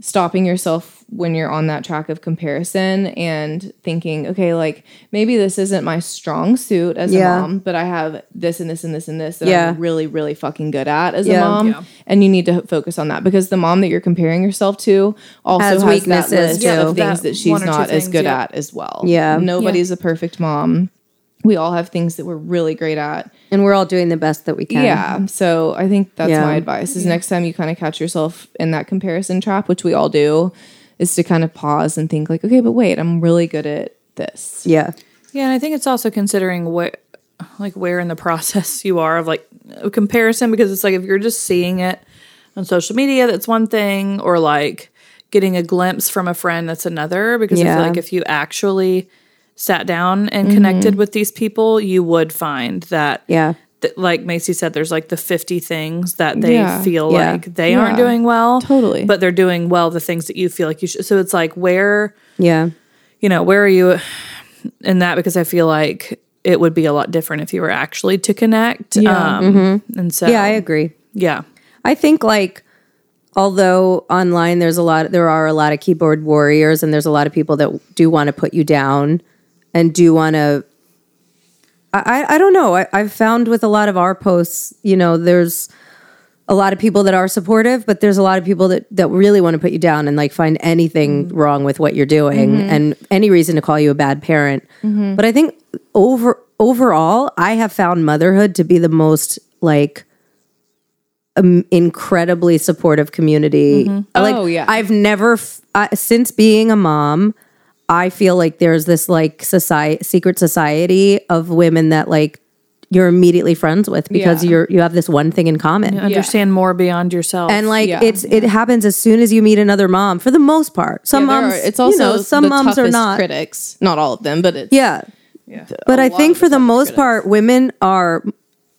Speaker 1: stopping yourself when you're on that track of comparison and thinking, okay, like maybe this isn't my strong suit as
Speaker 2: Yeah.
Speaker 1: a mom, but I have this and this and this and this that
Speaker 2: Yeah.
Speaker 1: I'm really, really fucking good at as
Speaker 2: Yeah.
Speaker 1: a mom.
Speaker 3: Yeah.
Speaker 1: And you need to focus on that because the mom that you're comparing yourself to also
Speaker 2: Has
Speaker 1: has
Speaker 2: weaknesses,
Speaker 1: that list
Speaker 2: Yeah,
Speaker 1: of
Speaker 3: that
Speaker 1: things that
Speaker 3: one
Speaker 1: she's
Speaker 3: or two
Speaker 1: not as
Speaker 3: things,
Speaker 1: good
Speaker 3: yeah.
Speaker 1: at as well.
Speaker 2: Yeah.
Speaker 1: Nobody's a perfect mom. We all have things that we're really great at.
Speaker 2: And we're all doing the best that we can.
Speaker 1: Yeah. So I think that's
Speaker 2: Yeah.
Speaker 1: my advice is next time you kind of catch yourself in that comparison trap, which we all do, is to kind of pause and think like, okay, but wait, I'm really good at this.
Speaker 2: Yeah.
Speaker 3: Yeah, and I think it's also considering what like where in the process you are of like a comparison because it's like if you're just seeing it on social media, that's one thing, or like getting a glimpse from a friend, that's another. Because I
Speaker 2: Yeah.
Speaker 3: feel like if you actually sat down and connected with these people, you would find that
Speaker 2: Yeah.
Speaker 3: th- like Macy said, there's like the 50 things that they
Speaker 1: Yeah.
Speaker 3: feel
Speaker 2: Yeah.
Speaker 3: like they aren't
Speaker 1: Yeah.
Speaker 3: doing well.
Speaker 1: Totally.
Speaker 3: But they're doing well the things that you feel like you should. So it's like where
Speaker 2: Yeah.
Speaker 3: you know, where are you in that? Because I feel like it would be a lot different if you were actually to connect.
Speaker 1: Yeah.
Speaker 3: Um, And so,
Speaker 2: Mm-hmm. Yeah, I agree.
Speaker 3: yeah.
Speaker 2: I think like although online there's a lot there are a lot of keyboard warriors and there's a lot of people that do want to put you down and do want to I, I I don't know. I, I've found with a lot of our posts, you know, there's a lot of people that are supportive, but there's a lot of people that, that really want to put you down and like find anything
Speaker 1: Mm-hmm.
Speaker 2: wrong with what you're doing and any reason to call you a bad parent.
Speaker 1: Mm-hmm.
Speaker 2: But I think over overall, I have found motherhood to be the most like um, incredibly supportive community. Like,
Speaker 1: Oh, yeah.
Speaker 2: I've never f- I, since being a mom. I feel like there's this like society, secret society of women that like you're immediately friends with because
Speaker 1: Yeah.
Speaker 2: you're you have this one thing in common.
Speaker 3: Understand more beyond yourself.
Speaker 2: And like
Speaker 1: Yeah.
Speaker 2: it's it happens as soon as you meet another mom for the most part. Some
Speaker 1: Yeah, there
Speaker 2: moms
Speaker 1: are- it's also
Speaker 2: you know, some
Speaker 1: the
Speaker 2: moms are
Speaker 1: toughest
Speaker 2: not.
Speaker 1: critics. Not all of them, but it's
Speaker 2: Yeah. But I think for the most part women are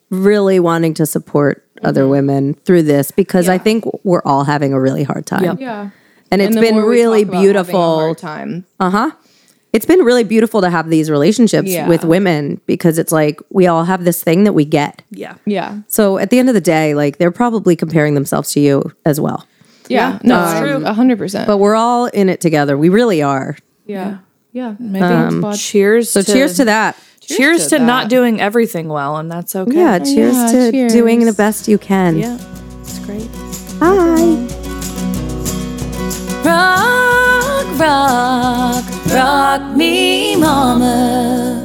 Speaker 2: really wanting to support other women through this because I
Speaker 1: Mm-hmm. Yeah.
Speaker 2: think we're all having a really hard time.
Speaker 3: Yep.
Speaker 1: yeah.
Speaker 2: And it's
Speaker 1: the
Speaker 2: been
Speaker 1: more we
Speaker 2: really
Speaker 1: talk about having a
Speaker 2: beautiful
Speaker 1: hard time.
Speaker 2: Uh-huh. it's been really beautiful to have these relationships
Speaker 1: Yeah.
Speaker 2: with women because it's like we all have this thing that we get.
Speaker 3: yeah.
Speaker 1: Yeah.
Speaker 2: So at the end of the day, like they're probably comparing themselves to you as well.
Speaker 1: Yeah.
Speaker 3: Yeah,
Speaker 1: No,
Speaker 3: that's
Speaker 1: that's
Speaker 3: true.
Speaker 1: true. hundred percent.
Speaker 2: But we're all in it together. We really are.
Speaker 1: yeah. Yeah.
Speaker 3: Maybe cheers.
Speaker 2: Um, So cheers to that.
Speaker 3: Cheers, to,
Speaker 1: to
Speaker 3: not
Speaker 1: that.
Speaker 3: doing everything well, and that's okay.
Speaker 2: Yeah, cheers
Speaker 1: yeah,
Speaker 2: to
Speaker 1: cheers.
Speaker 2: doing the best you can.
Speaker 3: Yeah. It's great.
Speaker 2: Bye.
Speaker 3: Rock, rock, rock me, mama.